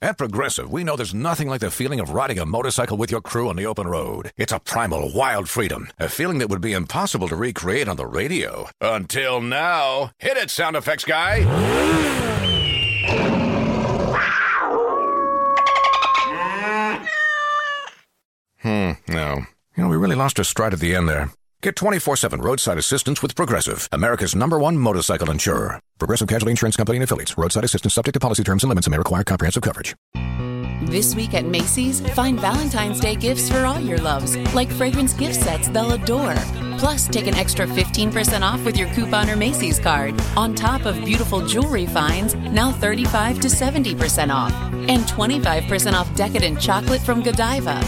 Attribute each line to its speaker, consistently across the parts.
Speaker 1: At Progressive, we know there's nothing like the feeling of riding a motorcycle with your crew on the open road. It's a primal, wild freedom, a feeling that would be impossible to recreate on the radio. Until now. Hit it, sound effects guy! Hmm, no. You know, we really lost our stride at the end there. Get 24 7 roadside assistance with Progressive, America's number one motorcycle insurer. Progressive Casualty Insurance Company and affiliates. Roadside assistance subject to policy terms and limits and may require comprehensive coverage.
Speaker 2: This week at Macy's, find Valentine's Day gifts for all your loves, like fragrance gift sets they'll adore. Plus, take an extra 15% off with your coupon or Macy's card, on top of beautiful jewelry finds, now 35 to 70% off, and 25% off decadent chocolate from Godiva.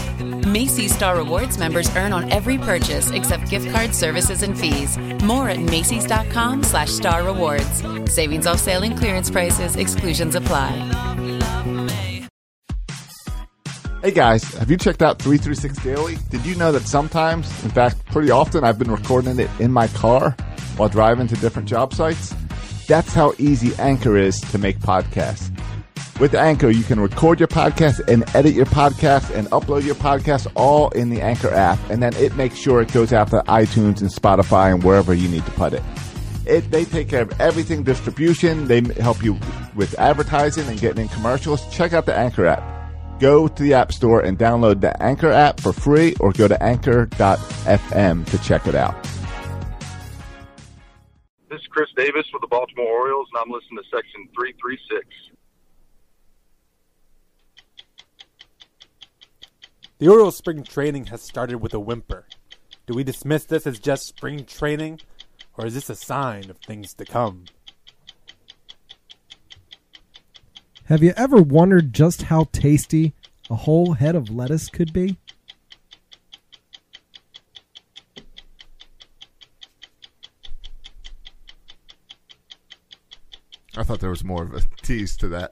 Speaker 2: Macy's Star Rewards members earn on every purchase except gift card services and fees. More at Macy's.com slash Star Rewards. Savings off sale and clearance prices, exclusions apply.
Speaker 3: Hey guys, have you checked out 336 Daily? Did you know that sometimes, in fact, pretty often, I've been recording it in my car while driving to different job sites? That's how easy Anchor is to make podcasts. With Anchor, you can record your podcast and edit your podcast and upload your podcast all in the Anchor app, and then it makes sure it goes out to iTunes and Spotify and wherever you need to put it. It, they take care of everything distribution. They m- help you with advertising and getting in commercials. Check out the Anchor app. Go to the App Store and download the Anchor app for free or go to anchor.fm to check it out.
Speaker 4: This is Chris Davis with the Baltimore Orioles, and I'm listening to Section 336.
Speaker 5: The Orioles' spring training has started with a whimper. Do we dismiss this as just spring training, or is this a sign of things to come?
Speaker 6: Have you ever wondered just how tasty a whole head of lettuce could be?
Speaker 3: I thought there was more of a tease to that.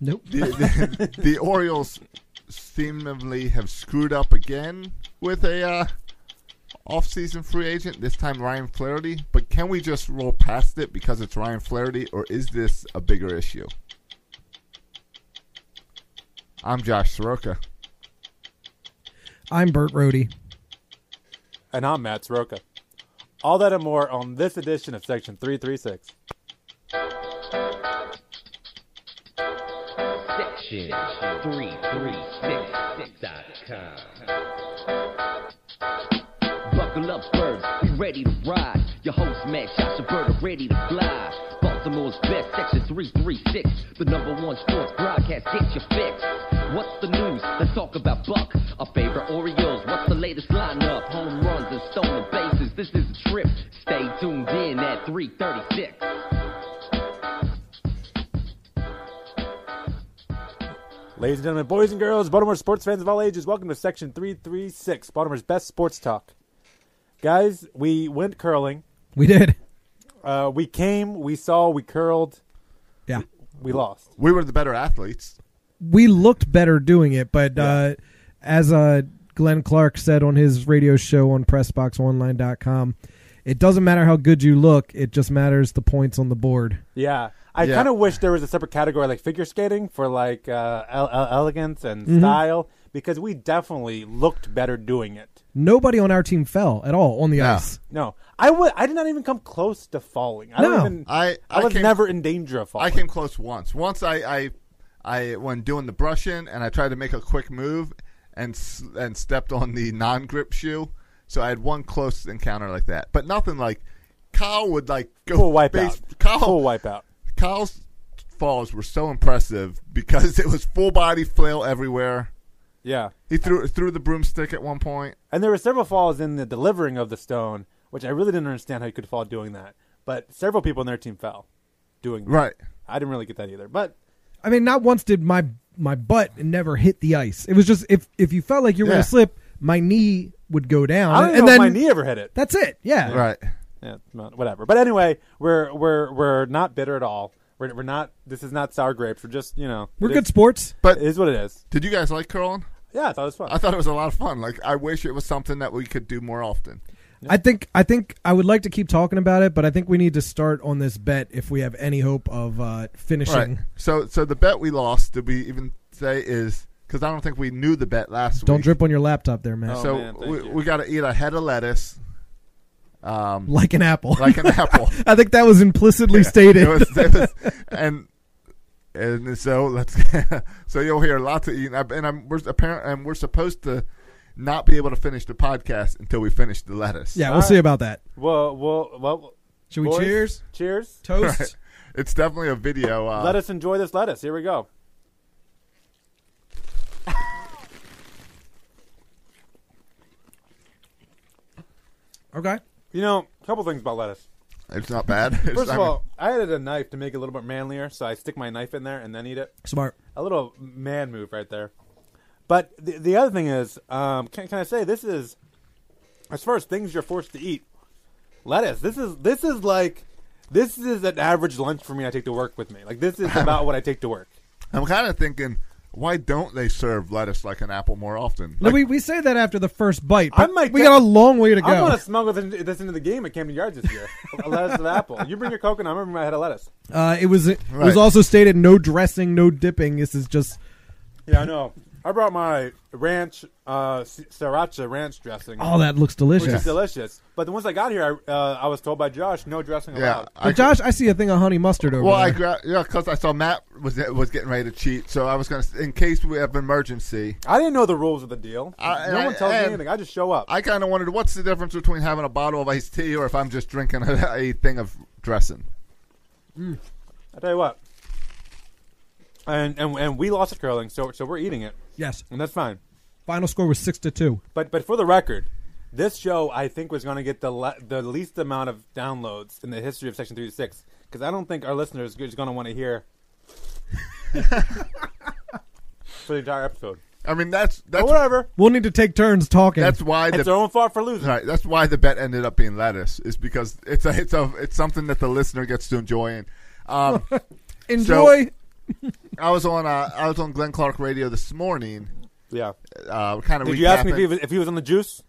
Speaker 6: Nope.
Speaker 3: The, the, the Orioles seemingly have screwed up again with a uh, off-season free agent. This time, Ryan Flaherty. But can we just roll past it because it's Ryan Flaherty, or is this a bigger issue? I'm Josh Soroka.
Speaker 6: I'm Bert Rohde.
Speaker 5: And I'm Matt Soroka. All that and more on this edition of Section 336.
Speaker 7: Section 336.com. Buckle up, birds, be ready to ride. Your host, Matt Shashabird, are ready to fly. Baltimore's best, Section 336, the number one sports broadcast. Get your fix. What's the news? Let's talk about Buck. Our favorite Orioles, what's the latest lineup? Home runs and stolen bases. This is a trip. Stay tuned in at 336.
Speaker 5: Ladies and gentlemen, boys and girls, Baltimore sports fans of all ages, welcome to Section 336, Baltimore's best sports talk. Guys, we went curling.
Speaker 6: We did.
Speaker 5: Uh, we came, we saw, we curled,
Speaker 6: Yeah.
Speaker 5: we lost.
Speaker 3: We were the better athletes.
Speaker 6: We looked better doing it, but uh, as uh, Glenn Clark said on his radio show on PressBoxOnline.com, it doesn't matter how good you look, it just matters the points on the board.
Speaker 5: Yeah. I
Speaker 3: Yeah.
Speaker 5: kind of wish there was a separate category like figure skating for like uh, el- el- elegance and
Speaker 3: Mm-hmm.
Speaker 5: style because we definitely looked better doing it.
Speaker 6: Nobody on our team fell at all on the
Speaker 3: Yeah.
Speaker 6: ice.
Speaker 5: No, I would. I did not even come close to falling. I
Speaker 6: No.
Speaker 5: don't even.
Speaker 3: I- I
Speaker 5: was
Speaker 3: came-
Speaker 5: never in danger of falling.
Speaker 3: I came close once. Once I, I, I when doing the brushing, and I tried to make a quick move, and s- and stepped on the non-grip shoe. So I had one close encounter like that, but nothing like Kyle would like go
Speaker 5: full wipeout.
Speaker 3: base- Kyle,
Speaker 5: Full wipeout.
Speaker 3: Kyle's falls were so impressive because it was full body flail everywhere.
Speaker 5: Yeah,
Speaker 3: He threw threw the broomstick at one point.
Speaker 5: and there were several falls in the delivering of the stone, which I really didn't understand how you could fall doing that. But several people in their team fell doing that.
Speaker 3: Right.
Speaker 5: I didn't really get that either. But
Speaker 6: I mean, not once did my my butt never hit the ice. It was just if if you felt like you were
Speaker 3: Yeah.
Speaker 6: gonna slip, my knee would go down,
Speaker 5: I don't even
Speaker 6: and
Speaker 5: know
Speaker 6: then
Speaker 5: if my knee ever hit it.
Speaker 6: that's it. Yeah,
Speaker 3: Right.
Speaker 5: yeah, well, whatever. But anyway, we're we're we're not bitter at all. We're, we're not. This is not sour grapes. We're just you know
Speaker 6: we're
Speaker 5: it
Speaker 6: good
Speaker 5: is-
Speaker 6: sports.
Speaker 3: But
Speaker 5: it is what it is.
Speaker 3: did you guys like curling?
Speaker 5: Yeah, I thought it was fun.
Speaker 3: I thought it was a lot of fun. Like I wish it was something that we could do more often.
Speaker 6: I think I think I would like to keep talking about it, but I think we need to start on this bet if we have any hope of uh,
Speaker 3: All right.
Speaker 6: finishing.
Speaker 3: So, so the bet we lost, did we even say is because I don't think we knew the bet last
Speaker 6: Don't
Speaker 3: week.
Speaker 6: drip on your laptop, there, man.
Speaker 5: Oh.
Speaker 3: so
Speaker 5: man, thank
Speaker 3: we,
Speaker 5: you.
Speaker 3: we got to eat a head of lettuce, um,
Speaker 6: Like an apple.
Speaker 3: like an apple.
Speaker 6: I think that was implicitly stated.
Speaker 3: It was, it was, and and so let's so you'll hear lots of eating. And I'm we're apparent and we're supposed to not be able to finish the podcast until we finish the lettuce.
Speaker 6: yeah, we'll see about that.
Speaker 5: Well, well, well.
Speaker 6: Should we
Speaker 5: boys,
Speaker 6: cheers?
Speaker 5: Cheers.
Speaker 6: Toast.
Speaker 3: It's definitely a video. Uh,
Speaker 5: Let us enjoy this lettuce. Here we go.
Speaker 6: Okay.
Speaker 5: You know, a couple things about lettuce.
Speaker 3: It's not bad. It's-
Speaker 5: First
Speaker 3: I
Speaker 5: of
Speaker 3: mean,
Speaker 5: all, I added a knife to make it a little bit manlier, so I stick my knife in there and then eat it.
Speaker 6: Smart.
Speaker 5: A little man move right there. But the, the other thing is, um, can, can I say this is, as far as things you're forced to eat, lettuce. This is this is like, this is an average lunch for me. I take to work with me. Like this is about what I take to work.
Speaker 3: I'm kind of thinking, why don't they serve lettuce like an apple more often?
Speaker 6: No, we, we say that after the first bite.
Speaker 5: I
Speaker 6: But
Speaker 5: might
Speaker 6: we
Speaker 5: get-
Speaker 6: got a long way to go.
Speaker 5: I'm gonna smuggle this, this into the game at Camden Yards this year. a lettuce and apple. You bring your coconut. I remember I had a lettuce.
Speaker 6: Uh, it was it was
Speaker 3: Right.
Speaker 6: also stated no dressing, no dipping. This is just
Speaker 5: Yeah, I know. I brought my ranch uh, s- sriracha ranch dressing.
Speaker 6: oh that looks
Speaker 5: which
Speaker 6: delicious.
Speaker 5: is delicious. But the once I got here, I, uh, I was told by Josh no dressing
Speaker 3: yeah,
Speaker 5: allowed.
Speaker 3: I
Speaker 6: But Josh, I see a thing of honey mustard over
Speaker 3: Well, I
Speaker 6: there.
Speaker 3: gra- yeah, because I saw Matt was was getting ready to cheat, so I was gonna in case we have an emergency.
Speaker 5: I didn't know the rules of the deal.
Speaker 3: I-
Speaker 5: no
Speaker 3: I-
Speaker 5: one tells me
Speaker 3: and-
Speaker 5: anything. I just show up.
Speaker 3: I kind of wondered what's the difference between having a bottle of iced tea or if I'm just drinking a, a thing of dressing.
Speaker 5: I tell you what. And and and we lost at curling, so so we're eating it,
Speaker 6: yes.
Speaker 5: and that's fine.
Speaker 6: Final score was six to two.
Speaker 5: But but for the record, this show I think was going to get the le- the least amount of downloads in the history of Section Thirty Six because I don't think our listeners is going to want to hear for the entire episode.
Speaker 3: I mean, that's
Speaker 5: But
Speaker 3: that's
Speaker 5: whatever,
Speaker 6: We'll need to take turns talking.
Speaker 3: that's why
Speaker 5: it's
Speaker 3: the
Speaker 5: their own fault for losing.
Speaker 3: right, that's why the bet ended up being lettuce is because it's a it's a it's something that the listener gets to enjoy. And um,
Speaker 6: Enjoy.
Speaker 3: I was on uh, I was on Glenn Clark radio this morning.
Speaker 5: Yeah.
Speaker 3: Uh, kind of.
Speaker 5: Did you ask me if he was, if he was on the juice?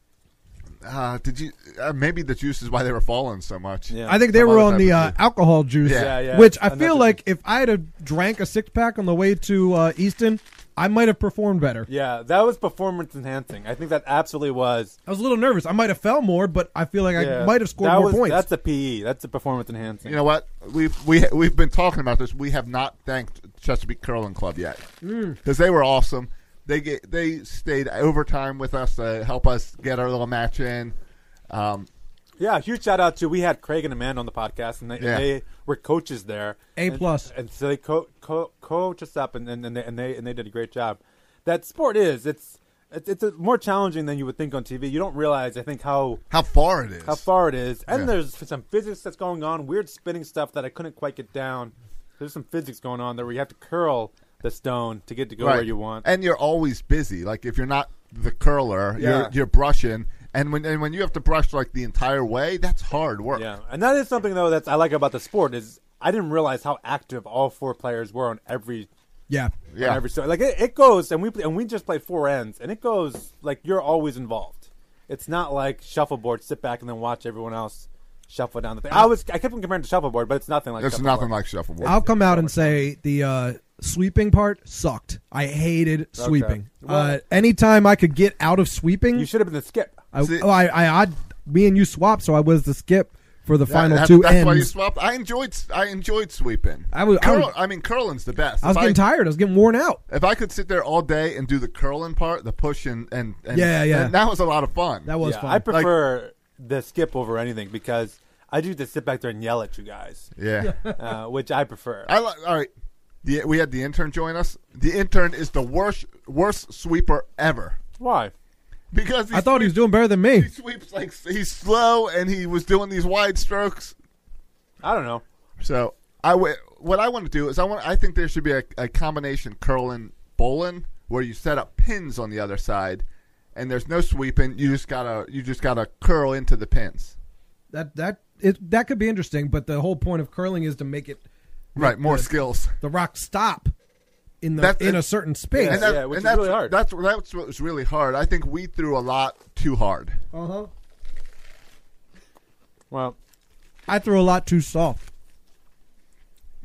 Speaker 3: Uh, did you? Uh, maybe the juice is why they were falling so much.
Speaker 5: Yeah.
Speaker 6: I think they
Speaker 3: Some
Speaker 6: were
Speaker 3: other
Speaker 6: on the uh,
Speaker 3: type of juice.
Speaker 6: alcohol juice,
Speaker 3: Yeah,
Speaker 5: yeah.
Speaker 6: which I
Speaker 5: Another
Speaker 6: feel
Speaker 5: juice.
Speaker 6: like if I had have drank a six pack on the way to uh, Easton, I might have performed better.
Speaker 5: Yeah, that was performance enhancing. I think that absolutely was.
Speaker 6: I was a little nervous. I might have fell more, but I feel like
Speaker 5: yeah,
Speaker 6: I might have scored
Speaker 5: that
Speaker 6: more
Speaker 5: was-
Speaker 6: points.
Speaker 5: That's a PE. That's a performance enhancing.
Speaker 3: You know what? We've we we've been talking about this. We have not thanked Chesapeake Curling Club yet
Speaker 5: Mm.
Speaker 3: because they were awesome. They get they stayed overtime with us to help us get our little match in. Um,
Speaker 5: yeah, huge shout out to we had Craig and Amanda on the podcast, and they,
Speaker 3: Yeah.
Speaker 5: they were coaches there.
Speaker 6: A
Speaker 5: And-
Speaker 6: plus.
Speaker 5: and, so they co- co- coached us up, and and, and, they, and they and they did a great job. That sport is it's it's, it's a, more challenging than you would think on TV. You don't realize, I think, how
Speaker 3: how far it is?
Speaker 5: how far it is, and
Speaker 3: Yeah.
Speaker 5: there's some physics that's going on, weird spinning stuff that I couldn't quite get down. There's some physics going on there where you have to curl the stone to get to go where you want.
Speaker 3: And you're always busy. Like if you're not the curler,
Speaker 5: Yeah.
Speaker 3: you're you're brushing. And when and when you have to brush like the entire way, that's hard work.
Speaker 5: Yeah, and that is something though that I like about the sport is I didn't realize how active all four players were on every
Speaker 6: yeah.
Speaker 5: on
Speaker 3: Yeah.
Speaker 5: every story. Like it, it goes, and we play, and we just play four ends, and it goes like you're always involved. It's not like shuffleboard, sit back and then watch everyone else shuffle down the thing. I was I kept comparing it to shuffleboard, but it's nothing like
Speaker 3: It's
Speaker 5: shuffleboard.
Speaker 3: nothing like shuffleboard.
Speaker 6: I'll come out and say the uh, sweeping part sucked. I hated sweeping.
Speaker 5: Well-
Speaker 6: uh, anytime I could get out of sweeping,
Speaker 5: You should have been the skip.
Speaker 6: I,
Speaker 3: See-
Speaker 6: oh, I, I, I, me and you swapped, so I was the skip for the
Speaker 3: That-
Speaker 6: final
Speaker 3: that-
Speaker 6: two
Speaker 3: that's why you
Speaker 6: ends.
Speaker 3: swapped. I enjoyed. I enjoyed sweeping.
Speaker 6: I was- I
Speaker 3: Curl, I,
Speaker 6: was-
Speaker 3: mean, curling's the best.
Speaker 6: I was
Speaker 3: If
Speaker 6: getting tired. I was getting worn out.
Speaker 3: If I could sit there all day and do the curling part, the push and and, and
Speaker 6: Yeah, yeah.
Speaker 3: and that was a lot of fun.
Speaker 6: That was
Speaker 5: Yeah,
Speaker 6: fun.
Speaker 5: I prefer the skip over anything because I do just sit back there and yell at you guys,
Speaker 3: yeah.
Speaker 5: uh, which I prefer.
Speaker 3: I li- all right. The, we had the intern join us. The intern is the worst worst sweeper ever
Speaker 5: Why?
Speaker 3: because he,
Speaker 6: I thought he was doing better than me.
Speaker 3: he sweeps like he's slow and he was doing these wide strokes.
Speaker 5: I don't know.
Speaker 3: So I w- what I want to do is I want I think there should be a, a combination curling bowling where you set up pins on the other side and there's no sweeping. You just gotta you just gotta curl into the pins.
Speaker 6: That that it that could be interesting, but the whole point of curling is to make it
Speaker 3: Right, more skills.
Speaker 6: the rock stop in the
Speaker 3: That's-
Speaker 6: in a certain space.
Speaker 5: Yeah,
Speaker 3: and that,
Speaker 5: yeah,
Speaker 3: and
Speaker 5: which is
Speaker 3: that's,
Speaker 5: really hard.
Speaker 3: That's that's what was really hard. I think we threw a lot too hard.
Speaker 6: uh-huh.
Speaker 5: Well,
Speaker 6: I throw a lot too soft.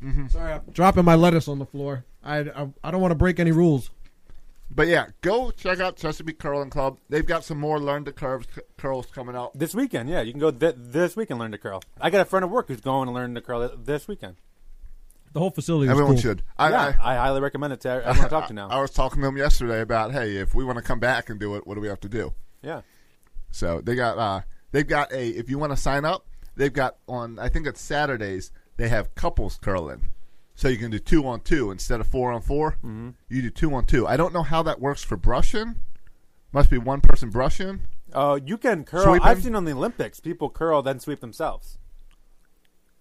Speaker 3: Mm-hmm.
Speaker 6: Sorry, I'm dropping my lettuce on the floor. I, I, I don't want to break any rules.
Speaker 3: But yeah, go check out Chesapeake Curling Club. They've got some more learn to curves curls coming out.
Speaker 5: this weekend, yeah, you can go th- this weekend learn to curl. I got a friend at work who's going to learn to curl th- this weekend.
Speaker 6: The whole facility.
Speaker 3: Everyone should. I,
Speaker 5: yeah,
Speaker 3: I,
Speaker 5: I, highly recommend it to everyone I talk to now.
Speaker 3: I was talking to them yesterday about hey, if we want to come back and do it, what do we have to do?
Speaker 5: yeah.
Speaker 3: So they got uh they've got a if you want to sign up, they've got on I think it's Saturdays they have couples curling. So you can do two on two instead of four on 4 Mm-hmm. You do two on two. I don't know how that works for brushing. Must be one person brushing.
Speaker 5: Uh, you can curl.
Speaker 3: Sweeping?
Speaker 5: I've seen on the Olympics people curl then sweep themselves.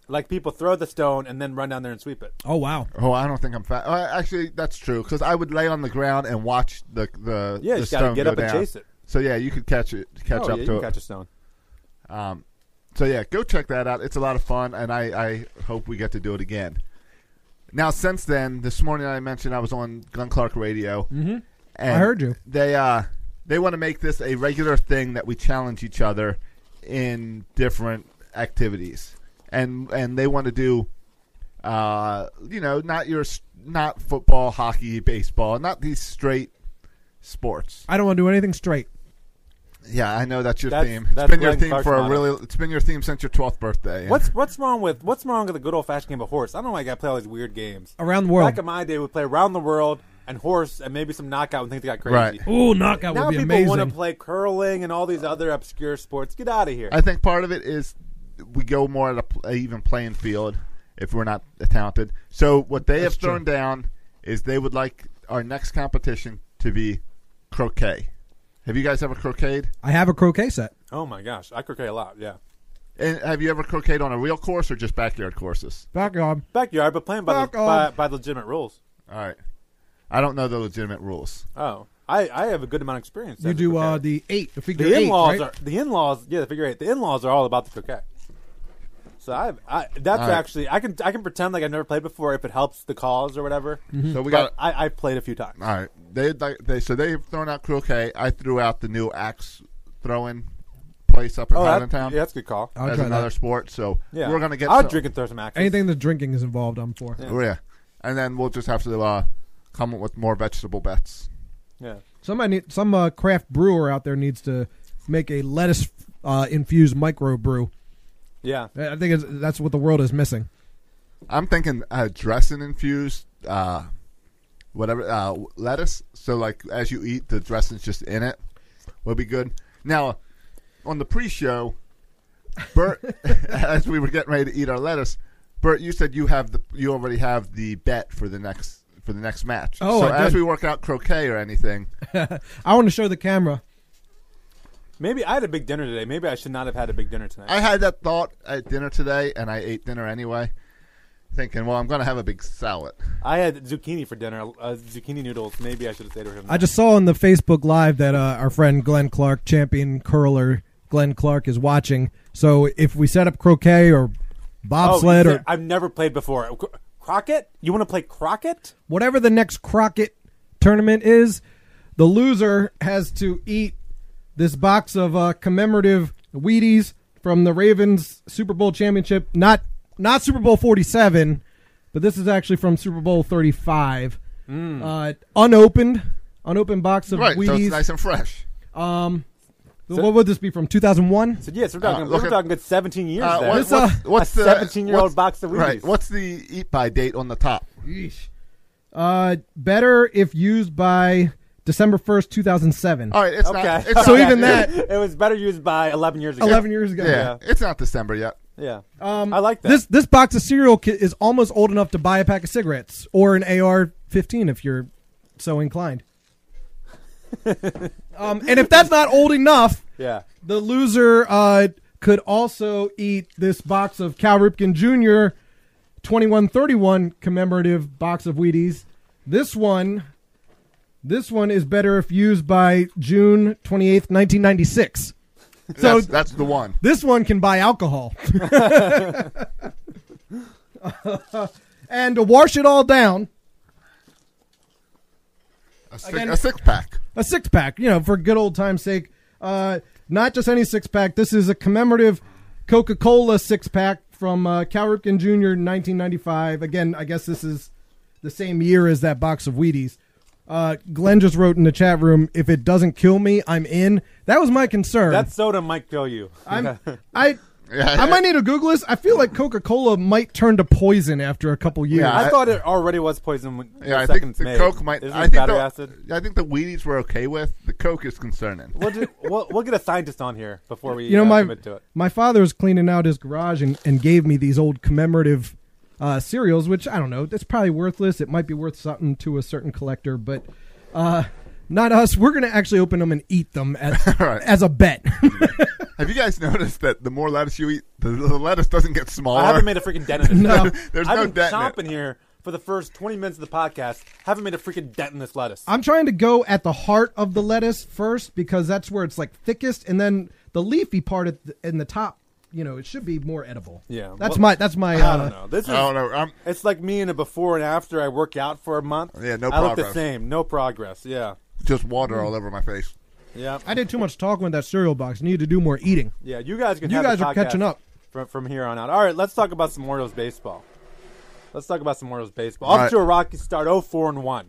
Speaker 5: Like people throw the stone and then run down there and sweep it.
Speaker 6: Oh wow.
Speaker 3: Oh, I don't think I'm fat. Uh, actually, that's true because I would lay on the ground and watch the the
Speaker 5: Yeah, you
Speaker 3: the
Speaker 5: just gotta
Speaker 3: stone
Speaker 5: get
Speaker 3: go
Speaker 5: up and
Speaker 3: down.
Speaker 5: chase it.
Speaker 3: So yeah, you could catch it, catch
Speaker 5: oh,
Speaker 3: up to
Speaker 5: yeah, you
Speaker 3: it.
Speaker 5: can catch a stone.
Speaker 3: Um, so yeah, go check that out. It's a lot of fun, and I, I hope we get to do it again. Now, since then, this morning I mentioned I was on Glenn Clark Radio. Mm-hmm. And
Speaker 6: I heard you.
Speaker 3: They uh, they want to make this a regular thing that we challenge each other in different activities, and and they want to do, uh, you know, not your s- not football, hockey, baseball, not these straight sports.
Speaker 6: I don't want to do anything straight.
Speaker 3: Yeah, I know that's your
Speaker 5: That's-
Speaker 3: theme. It's
Speaker 5: that's
Speaker 3: been your
Speaker 5: Glenn
Speaker 3: theme
Speaker 5: Clark's
Speaker 3: for a
Speaker 5: motto.
Speaker 3: really. It's been your theme since your twelfth birthday. and-
Speaker 5: What's what's wrong with what's wrong with the good old fashioned game of horse? I don't know why I gotta play all these weird games.
Speaker 6: Around the world.
Speaker 5: Back in my day, we play around the world and horse and maybe some knockout when things got crazy.
Speaker 3: Right.
Speaker 6: Ooh, knockout
Speaker 5: Now
Speaker 6: would be
Speaker 5: people want to
Speaker 6: amazing.
Speaker 5: play curling and all these other obscure sports. Get out of here.
Speaker 3: I think part of it is we go more at a, pl- a even playing field if we're not talented. So what they have thrown down is they would like our next competition to be croquet. Have you guys ever croqueted?
Speaker 6: I have a croquet set.
Speaker 5: oh my gosh, I croquet a lot. Yeah,
Speaker 3: And have you ever croqueted on a real course or just backyard courses?
Speaker 6: Backyard.
Speaker 5: backyard, but playing by,
Speaker 6: Fuck
Speaker 5: the, by
Speaker 6: off.
Speaker 5: by legitimate rules.
Speaker 3: All right. I don't know the legitimate rules.
Speaker 5: Oh, I, I have a good amount of experience.
Speaker 6: You
Speaker 5: as a
Speaker 6: do uh,
Speaker 5: croqueter.
Speaker 6: the eight, the figure
Speaker 5: the
Speaker 6: eight,
Speaker 5: in-laws
Speaker 6: right?
Speaker 5: are the in-laws. Yeah, the figure eight. The in-laws are all about the croquet. So I, I that's
Speaker 3: All right.
Speaker 5: actually I can I can pretend like I've never played before if it helps the cause or whatever.
Speaker 6: Mm-hmm.
Speaker 3: So we got
Speaker 5: But I I played a few times.
Speaker 3: All right. They like they so they've thrown out croquet. I threw out the new axe throwing place up in
Speaker 5: oh, that,
Speaker 3: Highlandtown.
Speaker 5: yeah, that's a good call.
Speaker 6: I'll
Speaker 3: as
Speaker 6: try
Speaker 3: another
Speaker 6: that.
Speaker 3: sport. So
Speaker 5: Yeah,
Speaker 3: we're gonna get
Speaker 5: I'll
Speaker 3: some-
Speaker 5: drink and throw some axes.
Speaker 6: Uh, Anything that drinking is involved, I'm for.
Speaker 3: Oh, yeah, and then we'll just have to uh, come up with more vegetable bets.
Speaker 5: Yeah.
Speaker 6: Somebody, need, some uh, craft brewer out there needs to make a lettuce uh, infused micro brew.
Speaker 5: Yeah.
Speaker 6: I I think it's, that's what the world is missing.
Speaker 3: I'm thinking uh, dressing infused, uh, whatever uh, lettuce. So like as you eat, the dressing's just in it. Will be good. Now, on the pre-show, Bert, as we were getting ready to eat our lettuce, Bert, you said you have the you already have the bet for the next for the next match.
Speaker 6: Oh,
Speaker 3: so
Speaker 6: I
Speaker 3: as
Speaker 6: did.
Speaker 3: we work out croquet or anything,
Speaker 6: I want to show the camera.
Speaker 5: Maybe I had a big dinner today. Maybe I should not have had a big dinner tonight.
Speaker 3: I had that thought at dinner today, and I ate dinner anyway, thinking, well, I'm going to have a big salad.
Speaker 5: I had zucchini for dinner, uh, zucchini noodles. Maybe I should have stayed with him.
Speaker 6: I just saw on the Facebook Live that uh, our friend Glenn Clark, champion curler Glenn Clark, is watching. So if we set up croquet or
Speaker 5: oh,
Speaker 6: bobsled
Speaker 5: yeah,
Speaker 6: or
Speaker 5: I've never played before. Cro- Crockett? You want to play Crockett?
Speaker 6: whatever the next Crockett tournament is, the loser has to eat this box of uh, commemorative Wheaties from the Ravens Super Bowl championship. Not not Super Bowl forty seven, but this is actually from Super Bowl thirty five. Uh, unopened, unopened box of
Speaker 3: Mm. Right, so
Speaker 6: Wheaties.
Speaker 3: it's nice and fresh.
Speaker 6: what would this be from? Two thousand one.
Speaker 5: So yes, we're talking.
Speaker 3: Uh,
Speaker 5: we're
Speaker 3: look at-
Speaker 5: talking good seventeen years.
Speaker 3: Uh,
Speaker 5: there.
Speaker 3: what-
Speaker 6: This, uh,
Speaker 3: what's, what's
Speaker 5: a
Speaker 3: the
Speaker 5: 17-year-old
Speaker 3: what's-
Speaker 5: box of
Speaker 3: Right,
Speaker 5: Wheaties.
Speaker 3: what's the eat by date on the top?
Speaker 6: Uh, better if used by December first, two thousand seven.
Speaker 3: All right, it's
Speaker 5: Okay.
Speaker 3: not. It's
Speaker 6: So
Speaker 3: not-
Speaker 6: even that-
Speaker 5: it was better used by 11 years ago.
Speaker 6: Eleven years ago.
Speaker 3: yeah, it's not December yet.
Speaker 5: Yeah. Um, I like that.
Speaker 6: This this box of cereal ki- is almost old enough to buy a pack of cigarettes or an AR-15 if you're so inclined. um, and if that's not old enough,
Speaker 5: yeah.
Speaker 6: the loser uh, could also eat this box of Cal Ripken Jr. 2131 commemorative box of Wheaties. This one, this one is better if used by June 28th, 1996. So
Speaker 3: that's, that's the one.
Speaker 6: this one can buy alcohol. and to wash it all down,
Speaker 3: A six,
Speaker 6: Again-
Speaker 3: a six pack.
Speaker 6: a six pack, you know, for good old time's sake. Uh, not just any six pack. This is a commemorative Coca Cola six pack from uh, Cal Ripken Jr. 1995. Again, I guess this is the same year as that box of Wheaties. Uh, Glenn just wrote in the chat room, "If it doesn't kill me, I'm in." That was my concern.
Speaker 5: That soda might kill you.
Speaker 6: I'm, I, I might need to Google this. I feel like Coca Cola might turn to poison after a couple years.
Speaker 5: I,
Speaker 3: I-
Speaker 5: thought it already was poison. When
Speaker 3: Yeah, I
Speaker 5: the
Speaker 3: think
Speaker 5: seconds
Speaker 3: the
Speaker 5: made.
Speaker 3: Coke might.
Speaker 5: Isn't
Speaker 3: I
Speaker 5: it
Speaker 3: think
Speaker 5: battery
Speaker 3: the,
Speaker 5: acid?
Speaker 3: I think the Wheaties we're okay with. The Coke is concerning.
Speaker 5: We'll, do, we'll we'll get a scientist on here before we
Speaker 6: you know,
Speaker 5: uh,
Speaker 6: my
Speaker 5: commit to it.
Speaker 6: my father was cleaning out his garage and, and gave me these old commemorative uh, cereals, which I don't know. That's probably worthless. It might be worth something to a certain collector, but uh, not us. We're gonna actually open them and eat them as
Speaker 3: Right.
Speaker 6: as a bet.
Speaker 3: Have you guys noticed that the more lettuce you eat, the, the lettuce doesn't get smaller?
Speaker 5: I haven't made a freaking dent in this.
Speaker 6: No.
Speaker 3: There's
Speaker 5: I've
Speaker 3: no
Speaker 5: been
Speaker 3: dent in it.
Speaker 5: chomping here for the first 20 minutes of the podcast. Haven't made a freaking dent in this lettuce.
Speaker 6: I'm trying to go at the heart of the lettuce first because that's where it's like thickest, and then the leafy part at the, in the top. You know, it should be more edible.
Speaker 5: Yeah.
Speaker 6: that's
Speaker 5: Well,
Speaker 6: my that's my.
Speaker 5: I
Speaker 6: uh,
Speaker 5: don't know. This is
Speaker 3: I don't know. I'm,
Speaker 5: it's like me and a before and after I work out for a month.
Speaker 3: Yeah, no
Speaker 5: I look the
Speaker 3: progress.
Speaker 5: same. No progress. Yeah.
Speaker 3: just water all over my face.
Speaker 5: Yeah.
Speaker 6: I did too much talking with that cereal box. Need to do more eating.
Speaker 5: Yeah, you guys can.
Speaker 6: You
Speaker 5: have the
Speaker 6: guys are
Speaker 5: podcast
Speaker 6: catching up.
Speaker 5: from from here on out. All right, let's talk about some Orioles baseball. Let's talk about some Orioles baseball. Off
Speaker 3: All right.
Speaker 5: to a rocky start, 0-4 and one.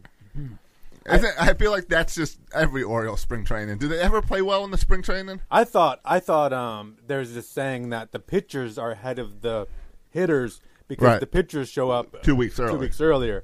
Speaker 3: I, thi- I feel like that's just every Oriole spring training. Do they ever play well in the spring training?
Speaker 5: I thought I thought um, there's this saying that the pitchers are ahead of the hitters because
Speaker 3: Right.
Speaker 5: the pitchers show up
Speaker 3: Two weeks early.
Speaker 5: Two weeks earlier,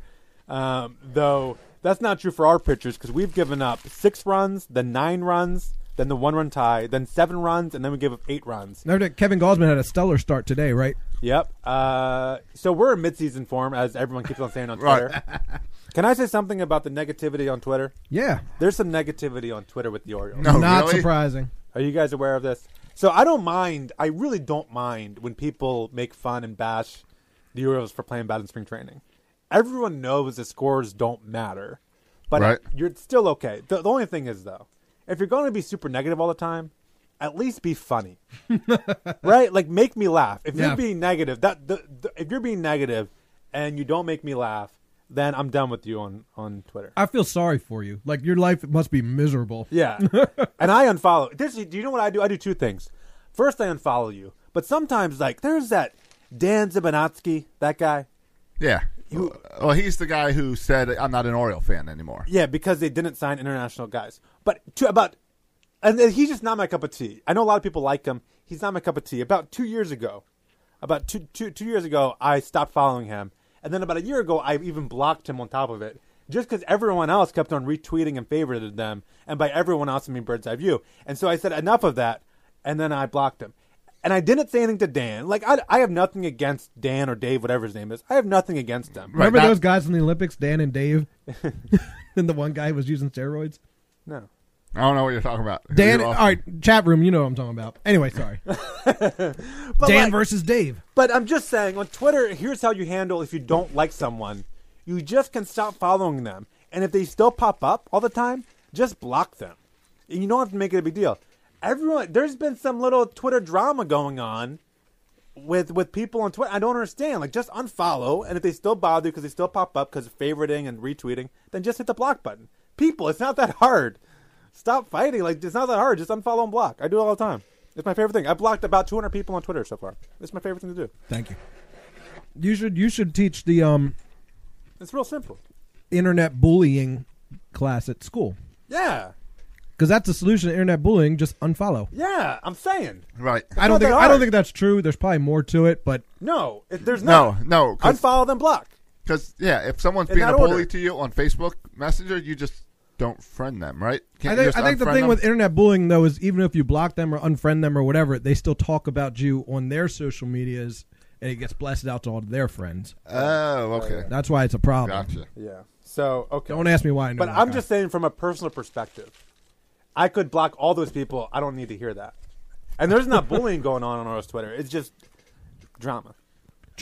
Speaker 5: um, though that's not true for our pitchers because we've given up six runs, then nine runs, then the one run tie, then seven runs, and then we give up eight runs.
Speaker 6: Remember that Kevin Gosman had a stellar start today, right?
Speaker 5: Yep. Uh, so we're in midseason form, as everyone keeps on saying on
Speaker 3: Right.
Speaker 5: Twitter. Can I say something about the negativity on Twitter?
Speaker 6: Yeah.
Speaker 5: There's some negativity on Twitter with the Orioles.
Speaker 3: No,
Speaker 6: Not
Speaker 3: really?
Speaker 6: surprising.
Speaker 5: Are you guys aware of this? So I don't mind. I really don't mind when people make fun and bash the Orioles for playing bad in spring training. Everyone knows the scores don't matter, but
Speaker 3: Right.
Speaker 5: you're it's still okay. The, the only thing is though, if you're going to be super negative all the time, at least be funny, right? Like make me laugh. If
Speaker 6: Yeah.
Speaker 5: you're being negative, that the, the, if you're being negative and you don't make me laugh, then I'm done with you on on Twitter.
Speaker 6: I feel sorry for you. Like your life must be miserable.
Speaker 5: Yeah. and I unfollow. This, do you know what I do? I do two things. First, I unfollow you. But sometimes, like, there's that Dan Zabanatsky, that guy.
Speaker 3: Yeah. well, he's the guy who said, I'm not an Oriole fan anymore.
Speaker 5: Yeah, because they didn't sign international guys. But to, about, and then he's just not my cup of tea. I know a lot of people like him. He's not my cup of tea. About two years ago, about two, two, two years ago, I stopped following him. And then about a year ago, I even blocked him on top of it. Just because everyone else kept on retweeting and favorited them. And by everyone else, I mean Bird's Eye View. And so I said, enough of that. And then I blocked him. And I didn't say anything to Dan. Like, I, I have nothing against Dan or Dave, whatever his name is. I have nothing against them.
Speaker 3: Right,
Speaker 6: Remember
Speaker 3: not-
Speaker 6: those guys from the Olympics, Dan and Dave? and the one guy who was using steroids?
Speaker 5: No.
Speaker 3: I don't know what you're talking about. Who
Speaker 6: Dan,
Speaker 3: you
Speaker 6: all
Speaker 3: off-
Speaker 6: right, chat room, you know what I'm talking about. Anyway, sorry. Dan
Speaker 5: like-
Speaker 6: versus Dave.
Speaker 5: But I'm just saying, on Twitter, here's how you handle if you don't like someone. You just can stop following them. And if they still pop up all the time, just block them. And you don't have to make it a big deal. Everyone, there's been some little Twitter drama going on with with people on Twitter. I don't understand. Like, just unfollow. And if they still bother you because they still pop up because of favoriting and retweeting, then just hit the block button. People, it's not that hard. Stop fighting. Like, it's not that hard. Just unfollow and block. I do it all the time. It's my favorite thing. I blocked about 200 people on Twitter so far. It's my favorite thing to do.
Speaker 6: Thank you. You should you should teach the um
Speaker 5: It's real simple.
Speaker 6: internet bullying class at school.
Speaker 5: Yeah,
Speaker 6: Because that's the solution to internet bullying, just unfollow.
Speaker 5: yeah. I'm saying
Speaker 3: Right.
Speaker 6: I don't
Speaker 5: not that
Speaker 6: think I don't
Speaker 5: hard.
Speaker 6: think that's true. There's probably more to it, but
Speaker 5: no. It, there's
Speaker 3: No,
Speaker 5: not.
Speaker 3: no.
Speaker 5: Unfollow then block.
Speaker 3: Because, yeah, if someone's
Speaker 5: In
Speaker 3: being a
Speaker 5: that
Speaker 3: bully
Speaker 5: order.
Speaker 3: to you on Facebook Messenger, you just don't friend them, right? Can't
Speaker 6: I
Speaker 3: you
Speaker 6: think,
Speaker 3: just
Speaker 6: I think the
Speaker 3: unfriend
Speaker 6: thing
Speaker 3: them?
Speaker 6: with internet bullying though is even if you block them or unfriend them or whatever, they still talk about you on their social medias, and it gets blasted out to all their friends.
Speaker 3: Oh, okay.
Speaker 6: That's why it's a problem.
Speaker 3: Gotcha.
Speaker 5: Yeah. So okay.
Speaker 6: Don't ask me why. I know
Speaker 5: But
Speaker 6: that
Speaker 5: I'm
Speaker 6: guy.
Speaker 5: just saying from a personal perspective, I could block all those people. I don't need to hear that. And there's not bullying going on on Orioles Twitter. It's just drama.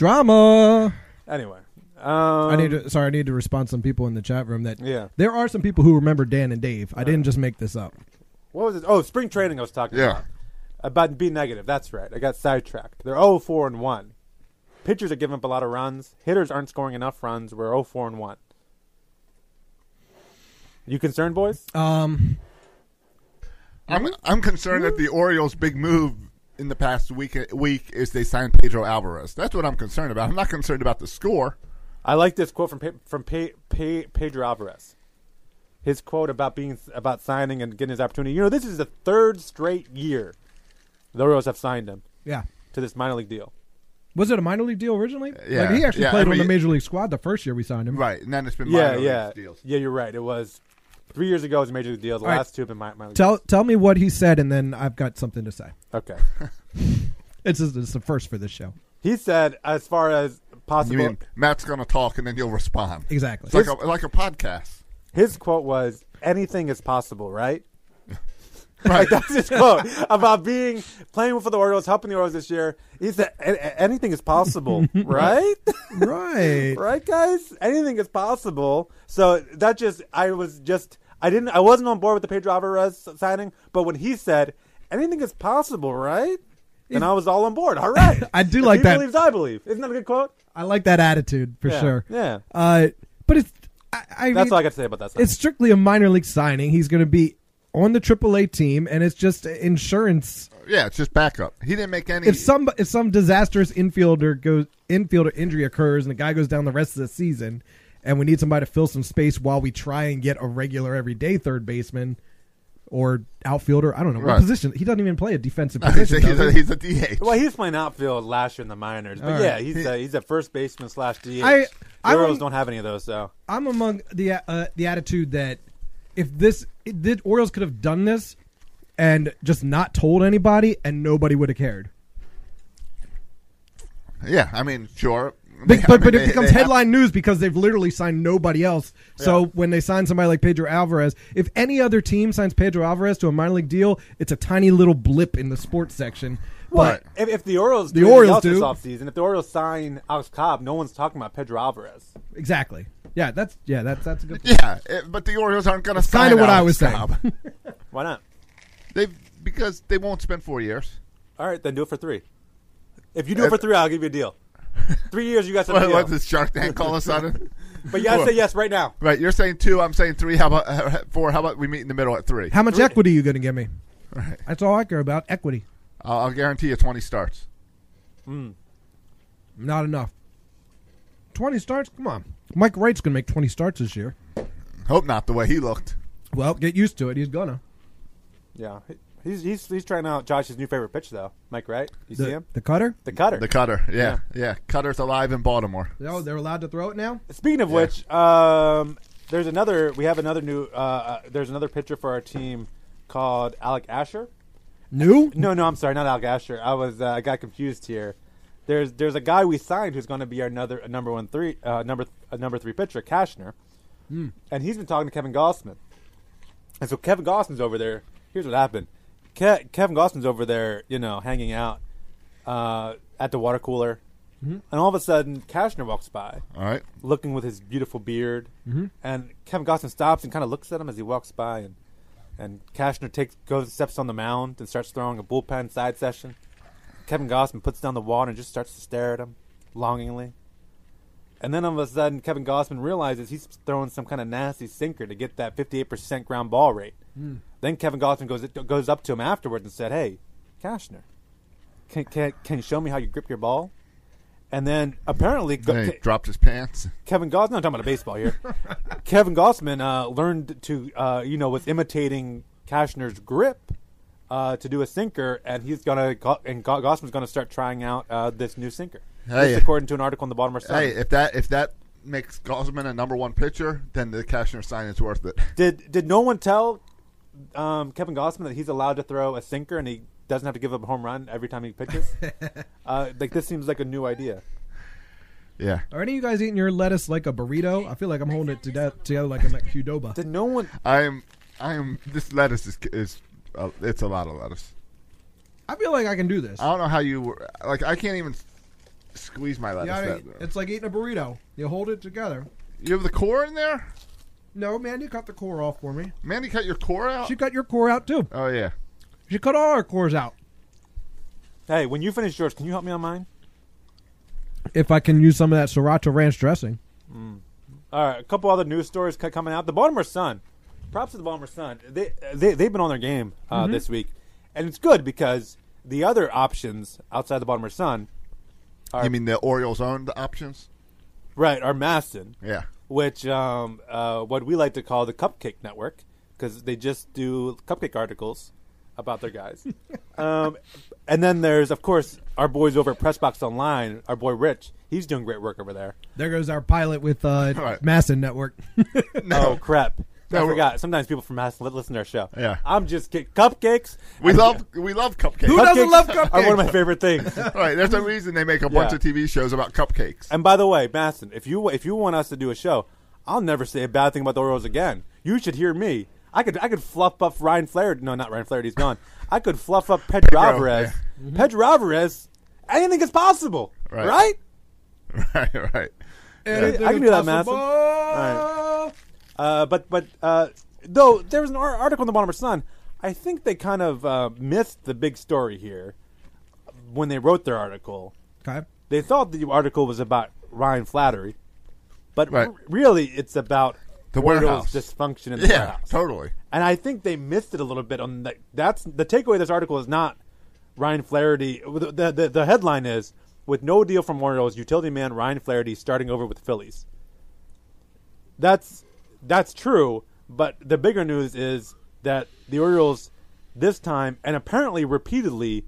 Speaker 6: drama.
Speaker 5: Anyway, um,
Speaker 6: I need to sorry. I need to respond to some people in the chat room that
Speaker 5: Yeah. Uh,
Speaker 6: there are some people who remember Dan and Dave. I didn't just make this up.
Speaker 5: what was it? Oh, spring training. I was talking
Speaker 3: Yeah.
Speaker 5: about about Uh, be negative. That's right. I got sidetracked. They're 0 4 and one. Pitchers are giving up a lot of runs. Hitters aren't scoring enough runs. We're 0 4 and one. You concerned, boys?
Speaker 6: Um,
Speaker 3: I'm, I'm concerned that the Orioles' big move in the past week week is they signed Pedro Alvarez. That's what I'm concerned about. I'm not concerned about the score.
Speaker 5: I like this quote from Pe- from Pe- Pe- Pedro Alvarez. His quote about being about signing and getting his opportunity. You know, this is the third straight year the Orioles have signed him
Speaker 6: Yeah.
Speaker 5: to this minor league deal.
Speaker 6: Was it a minor league deal originally?
Speaker 3: yeah,
Speaker 6: Like, he actually
Speaker 3: yeah,
Speaker 6: played
Speaker 3: I mean,
Speaker 6: on the
Speaker 3: y-
Speaker 6: major league squad the first year we signed him.
Speaker 3: Right, and then it's been
Speaker 5: Yeah,
Speaker 3: minor
Speaker 5: yeah,
Speaker 3: leagues deals.
Speaker 5: yeah. You're right. It was three years ago. It was a major league deal. The
Speaker 6: All right.
Speaker 5: last two have been minor, minor league.
Speaker 6: Tell tell me what he said, and then I've got something to say.
Speaker 5: okay.
Speaker 6: It's just, it's the first for this show.
Speaker 5: He said, as far as
Speaker 3: You
Speaker 5: possible,
Speaker 3: mean Matt's going to talk and then you'll respond?
Speaker 6: Exactly.
Speaker 3: It's like a, like a podcast.
Speaker 5: his quote was, "Anything is possible, right?"
Speaker 3: Right.
Speaker 5: That's his quote about being playing for the Orioles, helping the Orioles this year. He said, "A- a- "Anything is possible, right?
Speaker 6: right.
Speaker 5: right, guys? Anything is possible." So that just, I was just, I didn't, I wasn't on board with the Pedro Alvarez signing, but when he said, "Anything is possible, right," and I was all on board. All right,
Speaker 6: I do
Speaker 5: If
Speaker 6: like
Speaker 5: he
Speaker 6: that.
Speaker 5: Believes I believe. Isn't that a good quote?
Speaker 6: I like that attitude for
Speaker 5: Yeah,
Speaker 6: sure.
Speaker 5: yeah.
Speaker 6: Uh, but it's I, I
Speaker 5: That's
Speaker 6: mean,
Speaker 5: all I got to say about that. signing.
Speaker 6: it's strictly a minor league signing. He's going to be on the AAA team, and it's just insurance.
Speaker 3: Yeah, it's just backup. He didn't make any.
Speaker 6: If some if some disastrous infielder goes infielder injury occurs and the guy goes down the rest of the season, and we need somebody to fill some space while we try and get a regular everyday third baseman or outfielder. I don't know what
Speaker 3: Right.
Speaker 6: position. He doesn't even play a defensive
Speaker 3: he's,
Speaker 6: position.
Speaker 3: a,
Speaker 6: does
Speaker 3: he's,
Speaker 6: he?
Speaker 3: a, he's a DH.
Speaker 5: Well, he's playing outfield last year in the minors, but
Speaker 6: All
Speaker 5: yeah,
Speaker 6: right.
Speaker 5: he's a he's a first baseman slash DH.
Speaker 6: I-
Speaker 5: the
Speaker 6: I
Speaker 5: Orioles
Speaker 6: don't-
Speaker 5: don't have any of those, so
Speaker 6: I'm among the uh, the attitude that if this it, the Orioles could have done this and just not told anybody and nobody would have cared.
Speaker 3: yeah, I mean, sure.
Speaker 6: But
Speaker 3: They- I
Speaker 6: but,
Speaker 3: mean,
Speaker 6: but it
Speaker 3: they-
Speaker 6: becomes
Speaker 3: they have-
Speaker 6: headline news because they've literally signed nobody else. So when they sign somebody like Pedro Alvarez, if any other team signs Pedro Alvarez to a minor league deal, it's a tiny little blip in the sports section. But
Speaker 5: if, if the Orioles
Speaker 6: The
Speaker 5: do anything
Speaker 6: Orioles
Speaker 5: else this
Speaker 6: do.
Speaker 5: offseason, if the Orioles sign Alex Cobb, no one's talking about Pedro Alvarez.
Speaker 6: exactly, yeah, that's yeah, that's that's a good. Point.
Speaker 3: Yeah, it- but the Orioles aren't going to sign
Speaker 6: kinda what I
Speaker 3: Alex
Speaker 6: was saying.
Speaker 3: Cobb.
Speaker 5: Why not?
Speaker 3: they because they won't spend four years.
Speaker 5: All right, then do it for three. If you do it for three, I'll give you a deal. Three years, you guys have a
Speaker 3: What,
Speaker 5: deal.
Speaker 3: what does Shark Tank call us on it?
Speaker 5: But you gotta say yes right now.
Speaker 3: Right, you're saying two. I'm saying three. How about uh, four? How about we meet in the middle at three?
Speaker 6: How much equity are you going to give me? That's all I care about. Equity,
Speaker 3: I'll, I'll guarantee you 20 starts.
Speaker 6: not enough. Twenty starts? Come on, Mike Wright's going to make twenty starts this year.
Speaker 3: Hope not. The way he looked.
Speaker 6: Well, get used to it. He's gonna.
Speaker 5: Yeah, He- he's he's he's trying out Josh's new favorite pitch though. Mike, right? You see
Speaker 6: The,
Speaker 5: him?
Speaker 6: the cutter.
Speaker 5: The cutter.
Speaker 3: The cutter. Yeah, yeah. Cutter's alive in Baltimore.
Speaker 6: Oh, they're allowed to throw it now.
Speaker 5: Speaking of which, um, there's another. We have another new. Uh, uh, there's another pitcher for our team called Alec Asher.
Speaker 6: New?
Speaker 5: No, no, I'm sorry, not Alec Asher. I was uh, I got confused here. There's there's a guy we signed who's going to be our another a number one three uh, number a number three pitcher Kashner, and he's been talking to Kevin Gossman, and so Kevin Gossman's over there. Here's what happened: Ke- Kevin Gossman's over there, you know, hanging out uh, at the water cooler, and all of a sudden Kashner walks by
Speaker 3: All right.
Speaker 5: looking with his beautiful beard. And Kevin Gosselin stops and kind of looks at him as he walks by, and and Kashner takes goes and steps on the mound and starts throwing a bullpen side session. Kevin Gossman puts down the water and just starts to stare at him longingly. And then all of a sudden, Kevin Gossman realizes he's throwing some kind of nasty sinker to get that 58% ground ball rate. Then Kevin Gossman goes goes up to him afterwards and said, "Hey, Kashner, can can can you show me how you grip your ball?" And then apparently, Go-
Speaker 3: Then he
Speaker 5: Ke-
Speaker 3: dropped his pants.
Speaker 5: Kevin Gossman. No, I'm talking about a baseball here. Kevin Gossman uh, learned to, uh, you know, was imitating Kashner's grip uh, to do a sinker, and he's gonna Go- and Go- Gossman's gonna start trying out uh, this new sinker.
Speaker 3: Hey.
Speaker 5: This according to an article in the Baltimore Sun.
Speaker 3: Hey, if that if that makes Gosman a number one pitcher, then the Cashner sign is worth it.
Speaker 5: Did did no one tell um, Kevin Gossman that he's allowed to throw a sinker and he doesn't have to give up a home run every time he pitches? uh, like this seems like a new idea.
Speaker 3: Yeah.
Speaker 6: Are any of you guys eating your lettuce like a burrito? I feel like I'm holding it to death together like I'm at Qdoba.
Speaker 5: Did no one?
Speaker 3: I am. I am. This lettuce is is. Uh, it's a lot of lettuce.
Speaker 6: I feel like I can do this.
Speaker 3: I don't know how you were, like. I can't even squeeze my lettuce.
Speaker 6: You gotta-
Speaker 3: that-
Speaker 6: it's like eating a burrito. You hold it together.
Speaker 3: you have the core in there.
Speaker 6: No, man, you cut the core off for me.
Speaker 3: Mandy cut your core out.
Speaker 6: She cut your core out too.
Speaker 3: oh yeah.
Speaker 6: She cut all our cores out.
Speaker 5: Hey, when you finish yours, can you help me on mine?
Speaker 6: If I can use some of that sriracha ranch dressing.
Speaker 5: All right, a couple other news stories c- coming out. The Baltimore Sun. Props to the Baltimore Sun. They, they they've been on their game uh, this week, and it's good because the other options outside the Baltimore Sun,
Speaker 3: You mean the Orioles owned options?
Speaker 5: right, are Maston,
Speaker 3: Yeah.
Speaker 5: which um, uh, what we like to call the Cupcake Network because they just do cupcake articles about their guys. um, and then there's of course our boys over at Pressbox Online, our boy Rich. He's doing great work over there.
Speaker 6: There goes our pilot with uh,
Speaker 3: Right.
Speaker 6: Masson Network.
Speaker 5: Oh crap!
Speaker 3: No,
Speaker 5: I
Speaker 3: we're-
Speaker 5: forgot. Sometimes people from Mass listen to our show.
Speaker 3: Yeah.
Speaker 5: I'm just kidding. Cupcakes.
Speaker 3: We love we love cupcakes.
Speaker 6: Who doesn't Mm-hmm. love cupcakes?
Speaker 5: Are one of my favorite things.
Speaker 3: Right, there's a reason they make a bunch
Speaker 5: Yeah.
Speaker 3: of TV shows about cupcakes.
Speaker 5: And by the way, Maston, if you if you want us to do a show, I'll never say a bad thing about the Orioles again. You should hear me. I could I could fluff up Ryan Flaherty. No, not Ryan Flaherty. He's gone. I could fluff up Pedro, Alvarez. Pedro Alvarez. Anything is possible,
Speaker 3: Right.
Speaker 5: right?
Speaker 3: right, right.
Speaker 5: I can do that, Masson. Uh, but but uh, though there was an ar- article in the Baltimore Sun, I think they kind of uh, missed the big story here when they wrote their article.
Speaker 6: Okay.
Speaker 5: They thought the article was about Ryan Flattery, but
Speaker 3: Right.
Speaker 5: r- really it's about
Speaker 3: The
Speaker 5: Orioles'
Speaker 3: warehouse.
Speaker 5: dysfunction in the
Speaker 3: Yeah,
Speaker 5: warehouse.
Speaker 3: totally.
Speaker 5: And I think they missed it a little bit on that. That's the takeaway. of This article is not Ryan Flaherty. The, the, the, the headline is with no deal from Orioles, utility man Ryan Flaherty starting over with the Phillies. That's that's true, but the bigger news is that the Orioles this time and apparently repeatedly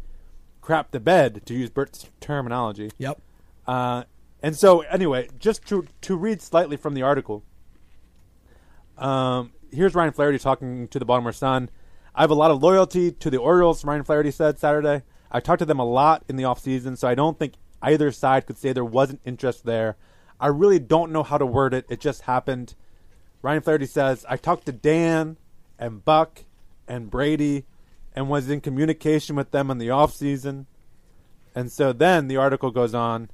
Speaker 5: crap the bed to use Bert's terminology.
Speaker 6: Yep.
Speaker 5: Uh, and so, anyway, just to to read slightly from the article. Um, here's Ryan Flaherty talking to the Baltimore Sun. I have a lot of loyalty to the Orioles, Ryan Flaherty said Saturday. I talked to them a lot in the offseason, so I don't think either side could say there wasn't interest there. I really don't know how to word it. It just happened. Ryan Flaherty says, I talked to Dan and Buck and Brady and was in communication with them in the offseason. And so then the article goes on.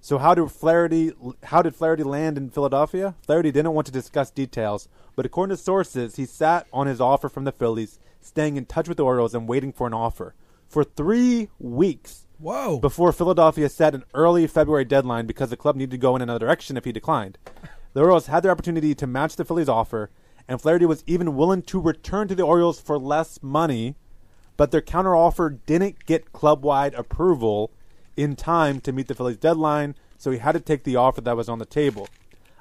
Speaker 5: So how did Flaherty? How did Flaherty land in Philadelphia? Flaherty didn't want to discuss details, but according to sources, he sat on his offer from the Phillies, staying in touch with the Orioles and waiting for an offer for three weeks.
Speaker 6: Whoa.
Speaker 5: Before Philadelphia set an early February deadline because the club needed to go in another direction if he declined, the Orioles had their opportunity to match the Phillies' offer, and Flaherty was even willing to return to the Orioles for less money but their counteroffer didn't get club-wide approval in time to meet the Phillies' deadline, so he had to take the offer that was on the table.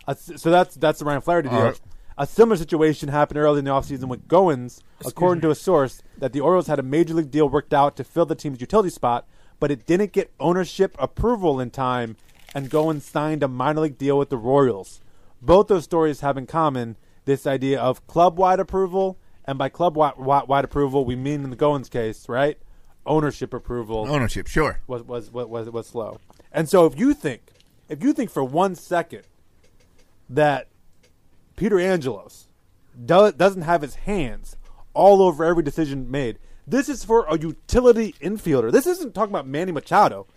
Speaker 5: A s- so that's that's the Ryan Flaherty deal.
Speaker 3: All right.
Speaker 5: A similar situation happened early in the offseason with Goins, according to a source that the Orioles had a major league deal worked out to fill the team's utility spot, but it didn't get ownership approval in time, and Goins signed a minor league deal with the Royals. Both those stories have in common this idea of club-wide approval, and by club-wide wide, wide approval, we mean in the Goins case, right? Ownership approval
Speaker 3: Ownership, sure.
Speaker 5: was was was was, was slow. And so if you think if you think for one second that Peter Angelos do, doesn't have his hands all over every decision made, this is for a utility infielder. This isn't talking about Manny Machado.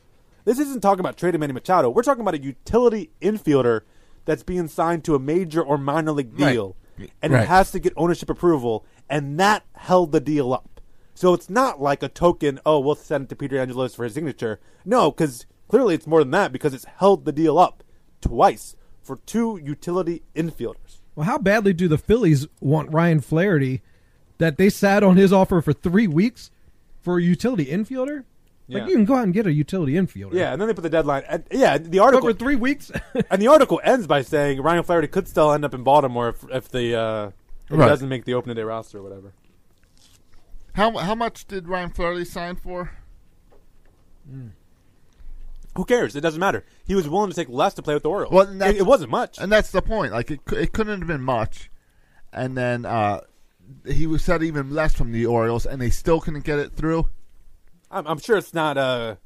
Speaker 5: This isn't talking about trading Manny Machado. We're talking about a utility infielder that's being signed to a major or minor league
Speaker 3: Right.
Speaker 5: deal, and
Speaker 3: Right.
Speaker 5: it has to get ownership approval, and that held the deal up. So it's not like a token. Oh, we'll send it to Peter Angelos for his signature. No, because clearly it's more than that because it's held the deal up twice for two utility infielders.
Speaker 6: Well, how badly do the Phillies want Ryan Flaherty that they sat on his offer for three weeks for a utility infielder?
Speaker 5: Yeah.
Speaker 6: Like you can go out and get a utility infielder.
Speaker 5: Yeah, and then they put the deadline. And, yeah, the
Speaker 6: But
Speaker 5: article
Speaker 6: for three weeks,
Speaker 5: and the article ends by saying Ryan Flaherty could still end up in Baltimore if if the uh, if
Speaker 3: Right.
Speaker 5: he doesn't make the opening day roster or whatever.
Speaker 3: How how much did Ryan Flaherty sign for?
Speaker 5: Who cares? It doesn't matter. He was willing to take less to play with the Orioles.
Speaker 3: Well, and that's-
Speaker 5: it, it wasn't much.
Speaker 3: And that's the point. Like it, cou- it couldn't have been much. And then uh, he was set even less from the Orioles, and they still couldn't get it through.
Speaker 5: I'm, I'm sure it's not. Uh,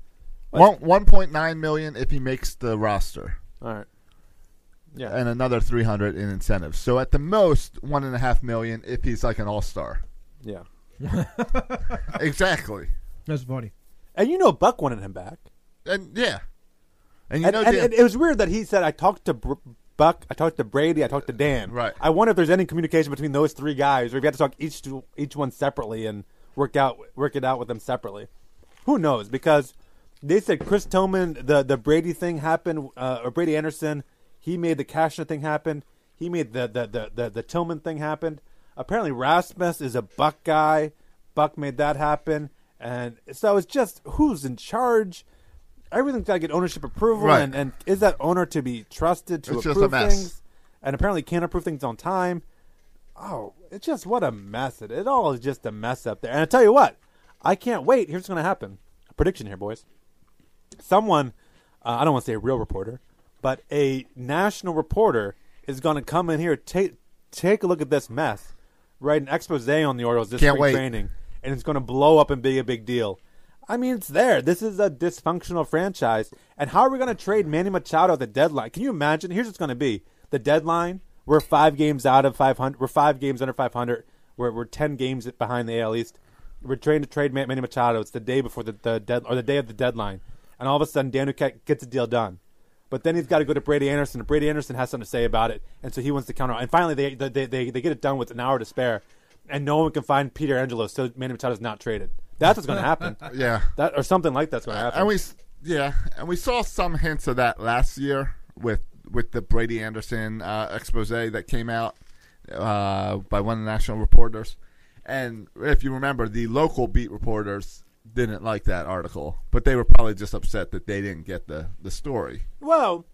Speaker 3: One one point nine million if he makes the roster,
Speaker 5: all right. Yeah.
Speaker 3: and another three hundred in incentives. So at the most, one and a half million if he's like an All Star.
Speaker 5: yeah.
Speaker 3: exactly.
Speaker 6: that's funny.
Speaker 5: And you know, Buck wanted him back.
Speaker 3: And yeah. And you
Speaker 5: And,
Speaker 3: know,
Speaker 5: and,
Speaker 3: Dan-
Speaker 5: and it was weird that he said, "I talked to Br- Buck, I talked to Brady, I talked to Dan."
Speaker 3: Right.
Speaker 5: I wonder if there's any communication between those three guys, or if you had to talk each to, each one separately and work out work it out with them separately. Who knows? Because they said Chris Tillman, the the Brady thing happened, uh, or Brady Anderson, he made the Cashner thing happen. He made the the, the the the Tillman thing happen. Apparently, Rasmus is a Buck guy. Buck made that happen. And so it's just who's in charge. Everything's got to get ownership approval,
Speaker 3: Right.
Speaker 5: and, and is that owner to be trusted to
Speaker 3: It's just a
Speaker 5: approve
Speaker 3: mess.
Speaker 5: things? And apparently can't approve things on time. Oh, it's just what a mess it. It all is just a mess up there. And I tell you what, I can't wait. Here's what's going to happen. A prediction here, boys. Someone, uh, I don't want to say a real reporter, but a national reporter is going to come in here take take a look at this mess, write an expose on the Orioles this
Speaker 3: Can't
Speaker 5: spring
Speaker 3: wait.
Speaker 5: training, and it's going to blow up and be a big deal. I mean, it's there. This is a dysfunctional franchise. And how are we going to trade Manny Machado at the deadline? Can you imagine? Here's what's going to be the deadline. We're five games out of 500. We're five games under 500. We're, we're 10 games behind the AL East. We're trying to trade Man- Manny Machado. It's the day before the, the dead, or the day of the deadline. And all of a sudden, Dan Duquette gets a deal done. But then he's got to go to Brady Anderson. Brady Anderson has something to say about it, and so he wants to counter. And finally, they they, they, they get it done with an hour to spare, and no one can find Peter Angelo, so Manny Machado's not traded. That's what's going to happen.
Speaker 3: Yeah.
Speaker 5: that or something like that's going to happen.
Speaker 3: and we s- yeah, and we saw some hints of that last year with with the Brady Anderson uh, expose that came out uh, by one of the national reporters, and if you remember, the local beat reporters didn't like that article, but they were probably just upset that they didn't get the the story.
Speaker 5: well,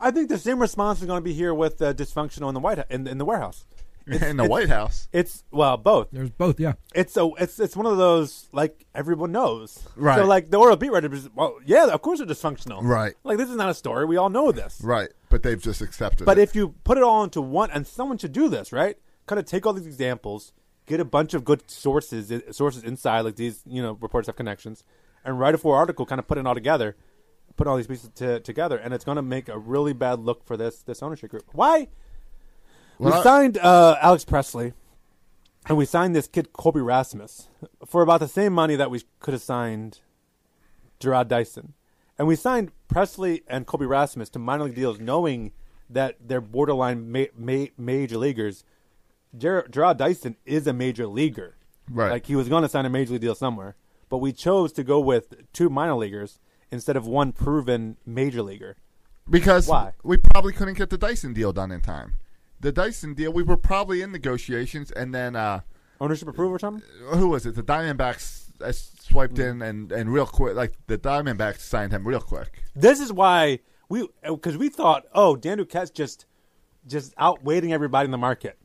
Speaker 5: I think the same response is going to be here with uh, dysfunctional in the White Hou- in, in the warehouse.
Speaker 3: in the White House,
Speaker 5: It's well both.
Speaker 6: There's both, yeah.
Speaker 5: it's a it's it's one of those like everyone knows.
Speaker 3: Right.
Speaker 5: So like the oral beat writer, is, well, yeah, of course they're dysfunctional.
Speaker 3: Right.
Speaker 5: Like this is not a story. We all know this.
Speaker 3: right? But they've just accepted.
Speaker 5: But
Speaker 3: it.
Speaker 5: if you put it all into one, and someone should do this, right? Kind of take all these examples, get a bunch of good sources sources inside, like these you know reporters have connections, and write a full article, kind of put it all together, put all these pieces to, together, and it's going to make a really bad look for this this ownership group. Why? we
Speaker 3: Well, I-
Speaker 5: signed uh, Alex Presley, and we signed this kid Colby Rasmus for about the same money that we could have signed Gerard Dyson. And we signed Presley and Kobe Rasmus to minor league deals knowing that they're borderline ma- ma- major leaguers. Ger- Gerard Dyson is a major leaguer.
Speaker 3: Right.
Speaker 5: Like he was going to sign a major league deal somewhere, but we chose to go with two minor leaguers instead of one proven major leaguer.
Speaker 3: Because
Speaker 5: Why?
Speaker 3: we probably couldn't get the Dyson deal done in time. The Dyson deal, we were probably in negotiations, and then uh,
Speaker 5: Ownership approval or something?
Speaker 3: who was it? The Diamondbacks uh, swiped in and, and real quick, like the Diamondbacks signed him real quick.
Speaker 5: This is why we because we thought, oh, Dan Duquette's just just outweighing everybody in the market.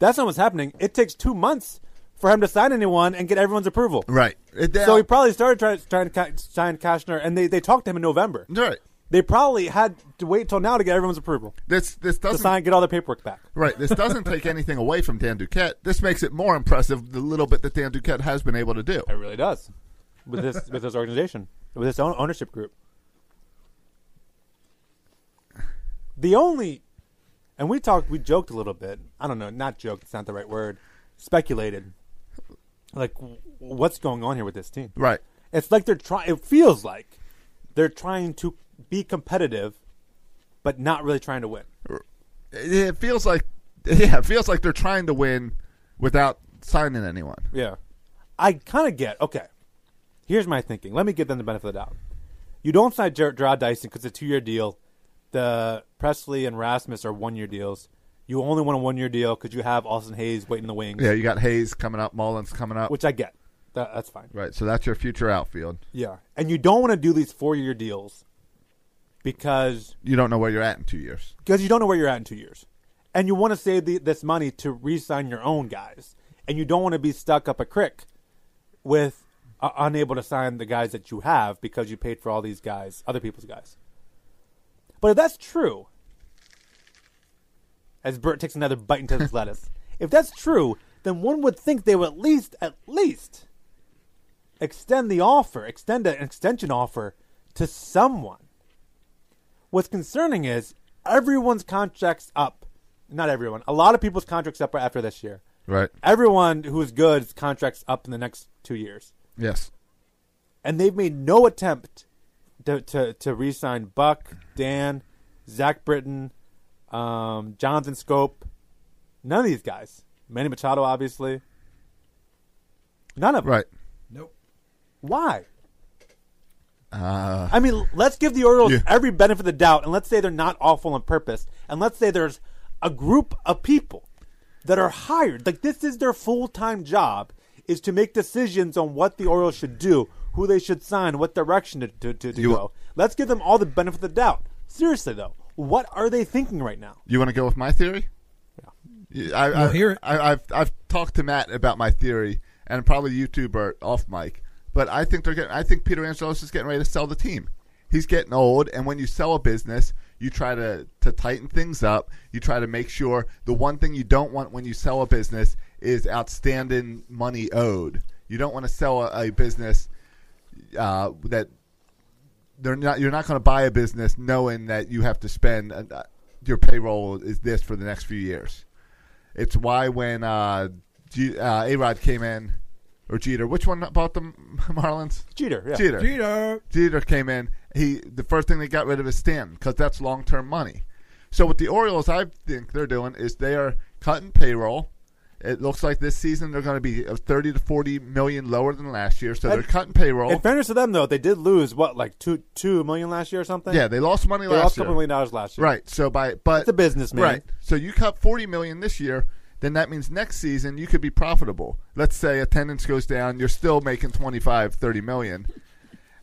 Speaker 5: That's not what's happening. It takes two months for him to sign anyone and get everyone's approval.
Speaker 3: Right. It, they-
Speaker 5: So he probably started trying trying to ca- sign Kashner, and they, they talked to him in November.
Speaker 3: right.
Speaker 5: They probably had to wait till now to get everyone's approval
Speaker 3: This this
Speaker 5: to
Speaker 3: doesn't
Speaker 5: sign, get all their paperwork back.
Speaker 3: right. This doesn't take anything away from Dan Duquette. This makes it more impressive the little bit that Dan Duquette has been able to do.
Speaker 5: It really does with this with this organization with this own ownership group. The only, and we talked, we joked a little bit. I don't know, not joked. It's not the right word. Speculated, like w- what's going on here with this team?
Speaker 3: Right.
Speaker 5: It's like they're trying. It feels like they're trying to be competitive, but not really trying to win.
Speaker 3: It, it feels like yeah, it feels like they're trying to win without signing anyone.
Speaker 5: Yeah. I kind of get, okay, here's my thinking. Let me give them the benefit of the doubt. You don't sign Ger- Gerard Dyson because it's a two year deal. The Presley and Rasmus are one year deals. You only want a one year deal because you have Austin Hayes waiting in the wings,
Speaker 3: Yeah, you got Hayes coming up, Mullins coming up.
Speaker 5: which I get. That, that's fine.
Speaker 3: right. So that's your future outfield.
Speaker 5: Yeah. And you don't want to do these four year deals because
Speaker 3: You don't know where you're at in two years.
Speaker 5: because you don't know where you're at in two years, and you want to save the, this money to re-sign your own guys, and you don't want to be stuck up a crick with uh, unable to sign the guys that you have because you paid for all these guys, other people's guys. But if that's true, as Bert takes another bite into his lettuce, if that's true, then one would think they would at least at least extend the offer, extend an extension offer to someone. What's concerning is everyone's contracts up. Not everyone. A lot of people's contracts up after this year.
Speaker 3: Right.
Speaker 5: Everyone who's good's contracts up in the next two years,
Speaker 3: Yes.
Speaker 5: and they've made no attempt to to, to re-sign Buck, Dan, Zach Britton, um, Jonathan Scope. None of these guys. Manny Machado, obviously. None of them.
Speaker 3: Right.
Speaker 5: Why? I mean, let's give the Orioles
Speaker 3: Uh, Yeah.
Speaker 5: every benefit of the doubt, and let's say they're not awful on purpose, and let's say there's a group of people that are hired. Like this is their full time job is to make decisions on what the Orioles should do, who they should sign, what direction to, to, to, to
Speaker 3: You-
Speaker 5: go. Let's give them all the benefit of the doubt. Seriously, though, what are they thinking right now?
Speaker 3: You want to go with my theory? Yeah. I, I
Speaker 6: We'll hear it.
Speaker 3: I, I've I've talked to Matt about my theory, and probably you too, Bert, off mic. But I think they're getting. I think Peter Angelos is getting ready to sell the team. He's getting old, and when you sell a business, you try to to tighten things up. You try to make sure the one thing you don't want when you sell a business is outstanding money owed. You don't want to sell a, a business uh, that they're not you're not going to buy a business knowing that you have to spend uh, your payroll is this for the next few years. It's why when uh, G, uh, A Rod came in or Jeter, which one bought the Marlins?
Speaker 5: Jeter, yeah.
Speaker 3: Jeter.
Speaker 6: Peter.
Speaker 3: Jeter came in. He the first thing they got rid of is Stanton because that's long term money. So what the Orioles, I think they're doing is they are cutting payroll. It looks like this season they're going to be uh, thirty to forty million lower than last year. So
Speaker 5: And-
Speaker 3: they're cutting payroll.
Speaker 5: In fairness to them, though, they did lose what, like two two million last year or something.
Speaker 3: yeah, they lost money
Speaker 5: they
Speaker 3: last
Speaker 5: lost a
Speaker 3: year.
Speaker 5: couple million dollars last year.
Speaker 3: Right. So by but
Speaker 5: It's a business, man.
Speaker 3: Right. So you cut forty million this year, then that means next season you could be profitable. Let's say attendance goes down, you're still making 25, 30 million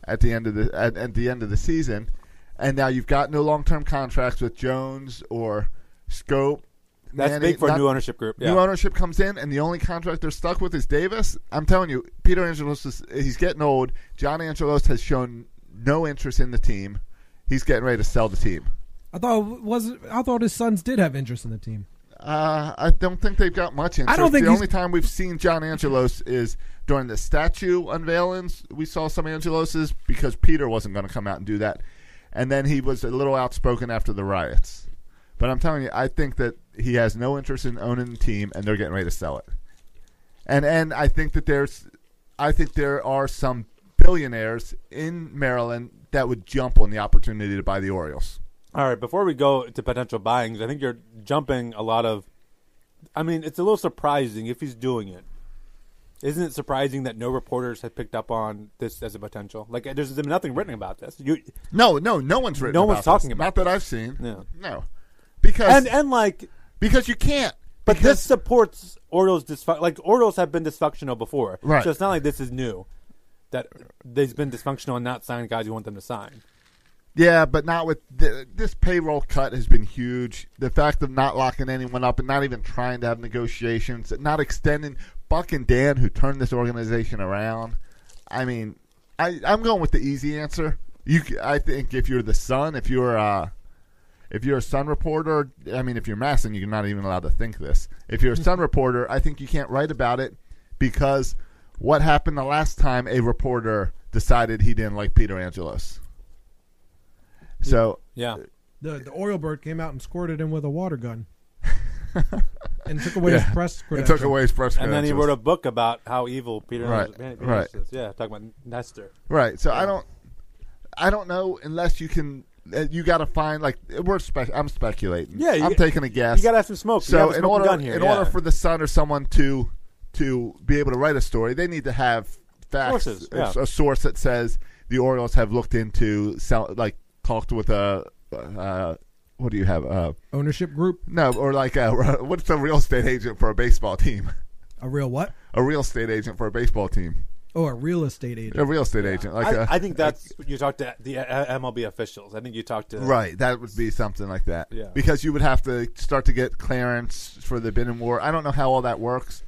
Speaker 3: at the end of the at, at the end of the season, and now you've got no long term contracts with Jones or Scope.
Speaker 5: That's
Speaker 3: Manny,
Speaker 5: big for a
Speaker 3: not-
Speaker 5: new ownership group. Yeah.
Speaker 3: New ownership comes in, and the only contract they're stuck with is Davis. I'm telling you, Peter Angelos is he's getting old. John Angelos has shown no interest in the team. He's getting ready to sell the team.
Speaker 6: I thought it was I thought his sons did have interest in the team.
Speaker 3: Uh, I don't think they've got much interest.
Speaker 6: I don't think
Speaker 3: the
Speaker 6: he's-
Speaker 3: only time we've seen John Angelos is during the statue unveilings. We saw some Angeloses because Peter wasn't going to come out and do that, and then he was a little outspoken after the riots. But I'm telling you, I think that he has no interest in owning the team, and they're getting ready to sell it. And and I think that there's, I think there are some billionaires in Maryland that would jump on the opportunity to buy the Orioles.
Speaker 5: All right, before we go to potential buyings, I think you're jumping a lot of. I mean, it's a little surprising if he's doing it. Isn't it surprising that no reporters have picked up on this as a potential? Like, there's been nothing written about this. You
Speaker 3: No, no, no one's written.
Speaker 5: No one's
Speaker 3: about
Speaker 5: talking
Speaker 3: this.
Speaker 5: about
Speaker 3: Not that I've seen.
Speaker 5: Yeah.
Speaker 3: No, because
Speaker 5: and and like,
Speaker 3: because you can't.
Speaker 5: but
Speaker 3: Because-
Speaker 5: this supports Orioles dysfunction. Like, Orioles have been dysfunctional before,
Speaker 3: Right.
Speaker 5: So it's not like this is new. That they've been dysfunctional and not signing guys you want them to sign.
Speaker 3: yeah, but not with th- this payroll cut has been huge. The fact of not locking anyone up and not even trying to have negotiations, not extending Buck and Dan, who turned this organization around. I mean, I I'm going with the easy answer. You, c- I think if you're the Sun, if you're uh, if you're a Sun reporter, I mean, if you're Masson, you're not even allowed to think this. If you're a Sun reporter, I think you can't write about it because what happened the last time a reporter decided he didn't like Peter Angelos? So
Speaker 5: Yeah,
Speaker 6: The the Oriole bird came out and squirted him with a water gun. and took away his press
Speaker 3: it
Speaker 6: credential.
Speaker 3: took away his press
Speaker 5: and then he
Speaker 3: credentials.
Speaker 5: wrote a book about how evil Peter.
Speaker 3: Right,
Speaker 5: Peter
Speaker 3: right.
Speaker 5: is. Yeah, talking about Nestor.
Speaker 3: Right. So I don't, I don't know unless you can. uh, You got to find like we're. Spec- I'm speculating.
Speaker 5: Yeah, you-
Speaker 3: I'm taking a guess.
Speaker 5: you gotta have some smoke. You
Speaker 3: So
Speaker 5: have a
Speaker 3: in
Speaker 5: smoking
Speaker 3: order,
Speaker 5: gun here,
Speaker 3: in
Speaker 5: yeah.
Speaker 3: order for the Sun or someone to to be able to write a story, they need to have facts.
Speaker 5: Sources, yeah.
Speaker 3: a, a source that says the Orioles have looked into sell, like talked with a. Uh, what do you have? Uh,
Speaker 6: Ownership group.
Speaker 3: no, or like a, what's a real estate agent for a baseball team?
Speaker 6: A real what?
Speaker 3: A real estate agent for a baseball team.
Speaker 6: Oh, a real estate agent.
Speaker 3: A real estate agent. Like
Speaker 5: I
Speaker 3: a
Speaker 5: I think that's you talk to the uh, MLB officials. I think you talk to
Speaker 3: Right, that would be something like that.
Speaker 5: Yeah.
Speaker 3: Because you would have to start to get clearance for the bidding war. I don't know how all that works,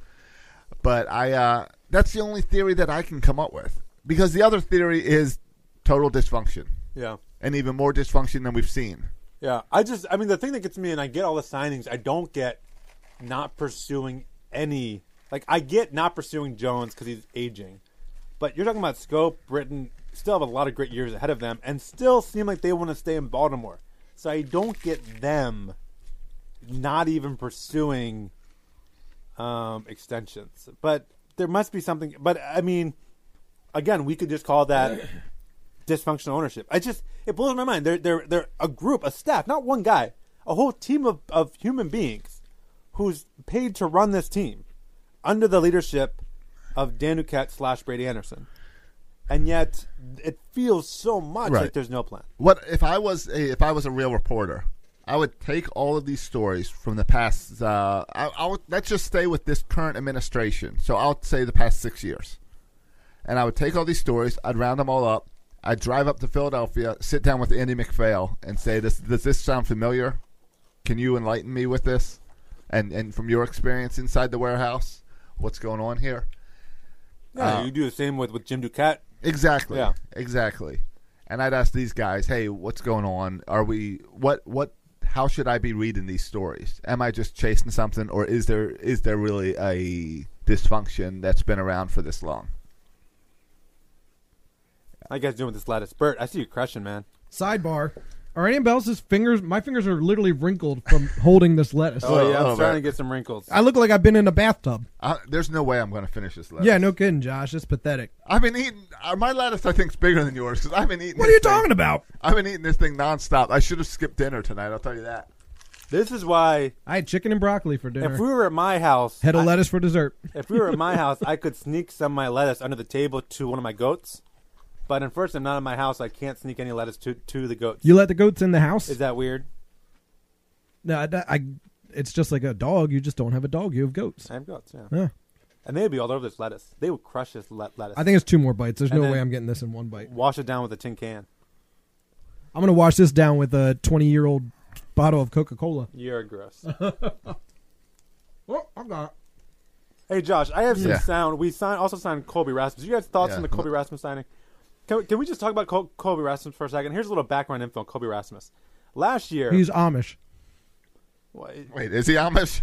Speaker 3: but I uh, that's the only theory that I can come up with. Because the other theory is total dysfunction
Speaker 5: Yeah,
Speaker 3: and even more dysfunction than we've seen.
Speaker 5: yeah. I just I mean the thing that gets me, and I get all the signings. I don't get not pursuing any. Like I get not pursuing Jones because he's aging, but you're talking about Scope, Britain still have a lot of great years ahead of them, and still seem like they want to stay in Baltimore. So I don't get them not even pursuing um, extensions. But there must be something. But I mean, again, we could just call that dysfunctional ownership. I just it blows my mind. They're they're they're a group, a staff, not one guy, a whole team of, of human beings who's paid to run this team under the leadership of Dan Duquette slash Brady Anderson. And yet it feels so much
Speaker 3: Right.
Speaker 5: like there's no plan.
Speaker 3: What if I was a, if I was a real reporter? I would take all of these stories from the past. Uh, I, I would, let's just stay with this current administration. So I'll say the past six years, and I would take all these stories. I'd round them all up. I'd drive up to Philadelphia, sit down with Andy McPhail, and say, "This does this sound familiar? Can you enlighten me with this? And and from your experience inside the warehouse, what's going on here?"
Speaker 5: Yeah, you do the same with, with Jim Ducat.
Speaker 3: Exactly.
Speaker 5: Yeah.
Speaker 3: Exactly. And I'd ask these guys, "Hey, what's going on? Are we what what how should I be reading these stories? Am I just chasing something or is there is there really a dysfunction that's been around for this long?"
Speaker 5: How you guys doing with this lattice? Bert, I see you crushing, man.
Speaker 6: Sidebar. Are anybody else's fingers? My fingers are literally wrinkled from holding this lettuce.
Speaker 5: Oh, yeah, I'm
Speaker 3: oh, man.
Speaker 5: starting to get some wrinkles.
Speaker 6: I look like I've been in a bathtub.
Speaker 3: I, there's no way I'm going to finish this lettuce.
Speaker 6: Yeah, no kidding, Josh. It's pathetic.
Speaker 3: I've been eating uh, my lettuce. I think is bigger than yours because I've been eating.
Speaker 6: What are you talking about?
Speaker 3: I've been eating this thing nonstop. I should have skipped dinner tonight. I'll tell you that.
Speaker 5: This is why
Speaker 6: I had chicken and broccoli for dinner.
Speaker 5: if we were at my house,
Speaker 6: Had a
Speaker 5: I-
Speaker 6: lettuce for dessert.
Speaker 5: if we were at my house, I could sneak some of my lettuce under the table to one of my goats. But unfortunately, I'm not in my house. I can't sneak any lettuce to, to the goats.
Speaker 6: You let the goats in the house?
Speaker 5: Is that weird?
Speaker 6: no, I, I- it's just like a dog. You just don't have a dog. You have goats.
Speaker 5: I have goats, yeah.
Speaker 6: Yeah.
Speaker 5: And they'd be all over this lettuce. They would crush this le- lettuce.
Speaker 6: I think it's two more bites. There's
Speaker 5: And
Speaker 6: no
Speaker 5: then-
Speaker 6: way I'm getting this in one bite.
Speaker 5: Wash it down with a tin can.
Speaker 6: I'm gonna wash this down with a 20 year old bottle of Coca Cola.
Speaker 5: You're gross.
Speaker 6: Oh, I got it.
Speaker 5: hey, Josh, I have some
Speaker 3: Yeah.
Speaker 5: sound. We sign, also signed Colby Rasmus. You guys thoughts
Speaker 3: Yeah.
Speaker 5: on the Colby Rasmus signing? Can, we- can we just talk about Col- Colby Rasmus for a second? Here's a little background info on Colby Rasmus. Last year,
Speaker 6: He's Amish.
Speaker 5: well,
Speaker 3: Wait, is he Amish?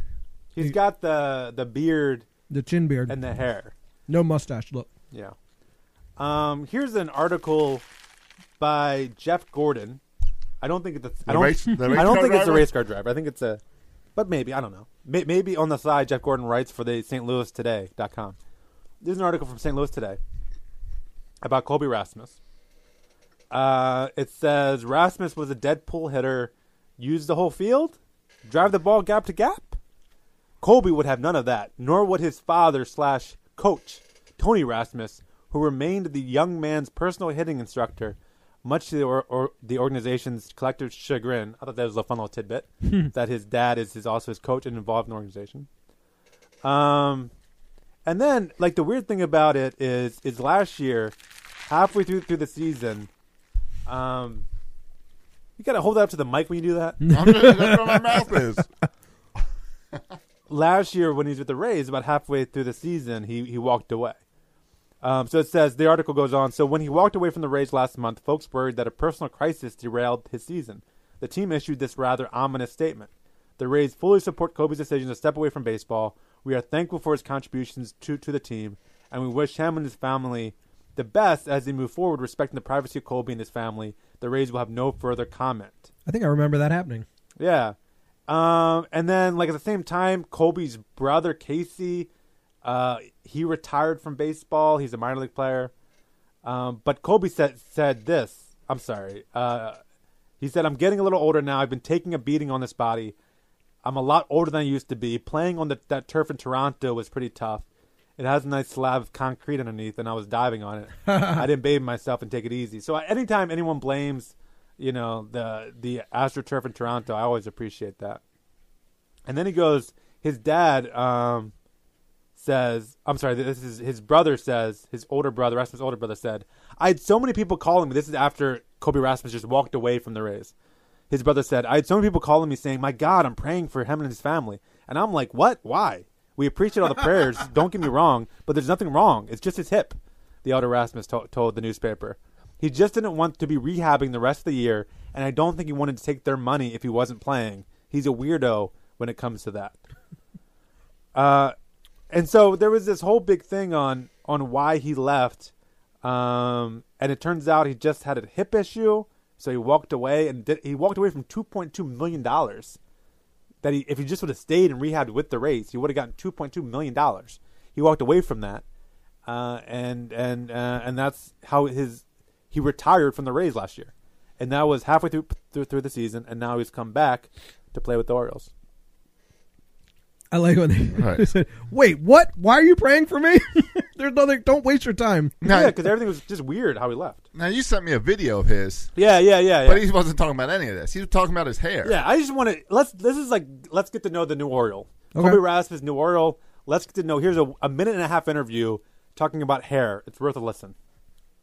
Speaker 5: he's got the the beard
Speaker 6: The chin beard.
Speaker 5: and the hair.
Speaker 6: no mustache. Look.
Speaker 5: Yeah. Um, here's an article by Jeff Gordon. I don't think it's I don't,
Speaker 3: race- the race
Speaker 5: I don't
Speaker 3: car
Speaker 5: think it's a
Speaker 3: driver?
Speaker 5: race car driver. I think it's a, but maybe I don't know. May, maybe on the side, Jeff Gordon writes for the St. Louis Today.com. There's an article from St. Louis Today about Colby Rasmus. Uh, it says Rasmus was a dead pull hitter, used the whole field, drive the ball gap to gap. Colby would have none of that, nor would his father slash coach, Tony Rasmus, who remained the young man's personal hitting instructor, much to the, or, or, the organization's collective chagrin. I thought that was a fun little tidbit that his dad is, is also his coach and involved in the organization. Um, and then like the weird thing about it is is last year, halfway through through the season, um, you gotta hold that up to the mic when you do that.
Speaker 3: I'm just, that's where my mouth is.
Speaker 5: last year when he's with the Rays, about halfway through the season, he he walked away. Um, so it says the article goes on. So when he walked away from the Rays last month, folks worried that a personal crisis derailed his season. The team issued this rather ominous statement: "The Rays fully support Kobe's decision to step away from baseball. We are thankful for his contributions to to the team, and we wish him and his family the best as they move forward, respecting the privacy of Kobe and his family. The Rays will have no further comment."
Speaker 6: I think I remember that happening.
Speaker 5: Yeah. Um, and then like at the same time, Kobe's brother Casey, uh, he retired from baseball. He's a minor league player. Um, but Kobe said said this. I'm sorry. Uh, he said, "I'm getting a little older now. I've been taking a beating on this body. I'm a lot older than I used to be. Playing on the, that turf in Toronto was pretty tough. It has a nice slab of concrete underneath, and I was diving on it. I didn't bathe myself and take it easy. So anytime anyone blames, you know, the the AstroTurf in Toronto, I always appreciate that. And then he goes, his dad um, says, I'm sorry, this is his brother says, his older brother, Rasmus' older brother said, I had so many people calling me. This is after Kobe Rasmus just walked away from the Rays. His brother said, I had so many people calling me saying, My God, I'm praying for him and his family. And I'm like, What? Why? We appreciate all the prayers. Don't get me wrong, but there's nothing wrong. It's just his hip, the elder Rasmus to- told the newspaper. He just didn't want to be rehabbing the rest of the year, and I don't think he wanted to take their money if he wasn't playing. He's a weirdo when it comes to that and so there was this whole big thing on on why he left um and it turns out he just had a hip issue so he walked away and did, he walked away from 2.2 million dollars that he if he just would have stayed and rehabbed with the race he would have gotten 2.2 million dollars he walked away from that uh and and uh, and that's how his he retired from the Rays last year and that was halfway through through, through the season and now he's come back to play with the Orioles
Speaker 6: I like when they
Speaker 3: Right.
Speaker 6: said, "Wait, what? Why are you praying for me?" There's nothing. Don't waste your time.
Speaker 8: Now,
Speaker 5: yeah, because everything was just weird how he left.
Speaker 8: now you sent me a video of his,
Speaker 5: Yeah, yeah, yeah. yeah.
Speaker 8: but he wasn't talking about any of this. He was talking about his hair.
Speaker 5: Yeah, I just want to let's. This is like let's get to know the new Oriole.
Speaker 6: Okay.
Speaker 5: Kobe Rasp is new Oriole. Let's get to know. Here's a, a minute and a half interview talking about hair. It's worth a listen.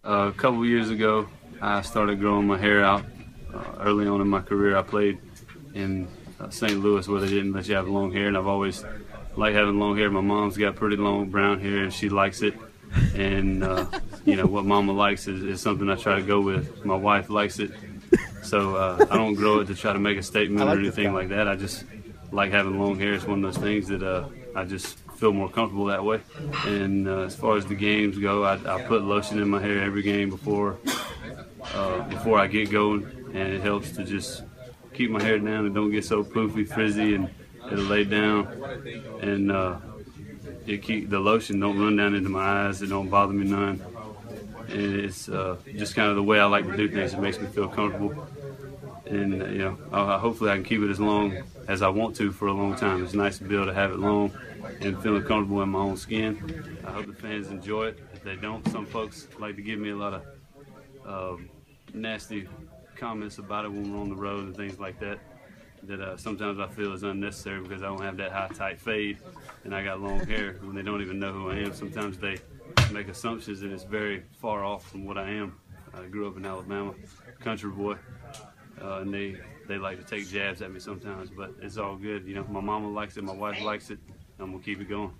Speaker 9: Uh, a couple years ago, I started growing my hair out. Uh, early on in my career, I played in uh, St. Louis where they didn't let you have long hair, and I've always liked having long hair. My mom's got pretty long brown hair, and she likes it. And uh, you know what Mama likes is, is something I try to go with. My wife likes it, so uh, I don't grow it to try to make a statement
Speaker 5: I like
Speaker 9: or
Speaker 5: this
Speaker 9: anything
Speaker 5: guy.
Speaker 9: like that. I just like having long hair. It's one of those things that uh, I just feel more comfortable that way. And uh, as far as the games go, I, I put lotion in my hair every game before uh, before I get going, and it helps to just keep my hair down and don't get so poofy, frizzy, and it'll lay down. And uh, it keep the lotion don't run down into my eyes. It don't bother me none. And it's uh, just kind of the way I like to do things. It makes me feel comfortable and uh, you know, uh, hopefully I can keep it as long as I want to for a long time. It's nice to be able to have it long and feeling comfortable in my own skin. I hope the fans enjoy it. If they don't, some folks like to give me a lot of um, nasty comments about it when we're on the road and things like that. That uh, sometimes I feel is unnecessary because I don't have that high tight fade, and I got long hair. When they don't even know who I am, sometimes they make assumptions, and it's very far off from what I am. I grew up in Alabama, country boy uh, and they they like to take jabs at me sometimes, but it's all good. You know, my mama likes it, my wife likes it. I'm gonna keep it going.
Speaker 8: Oh,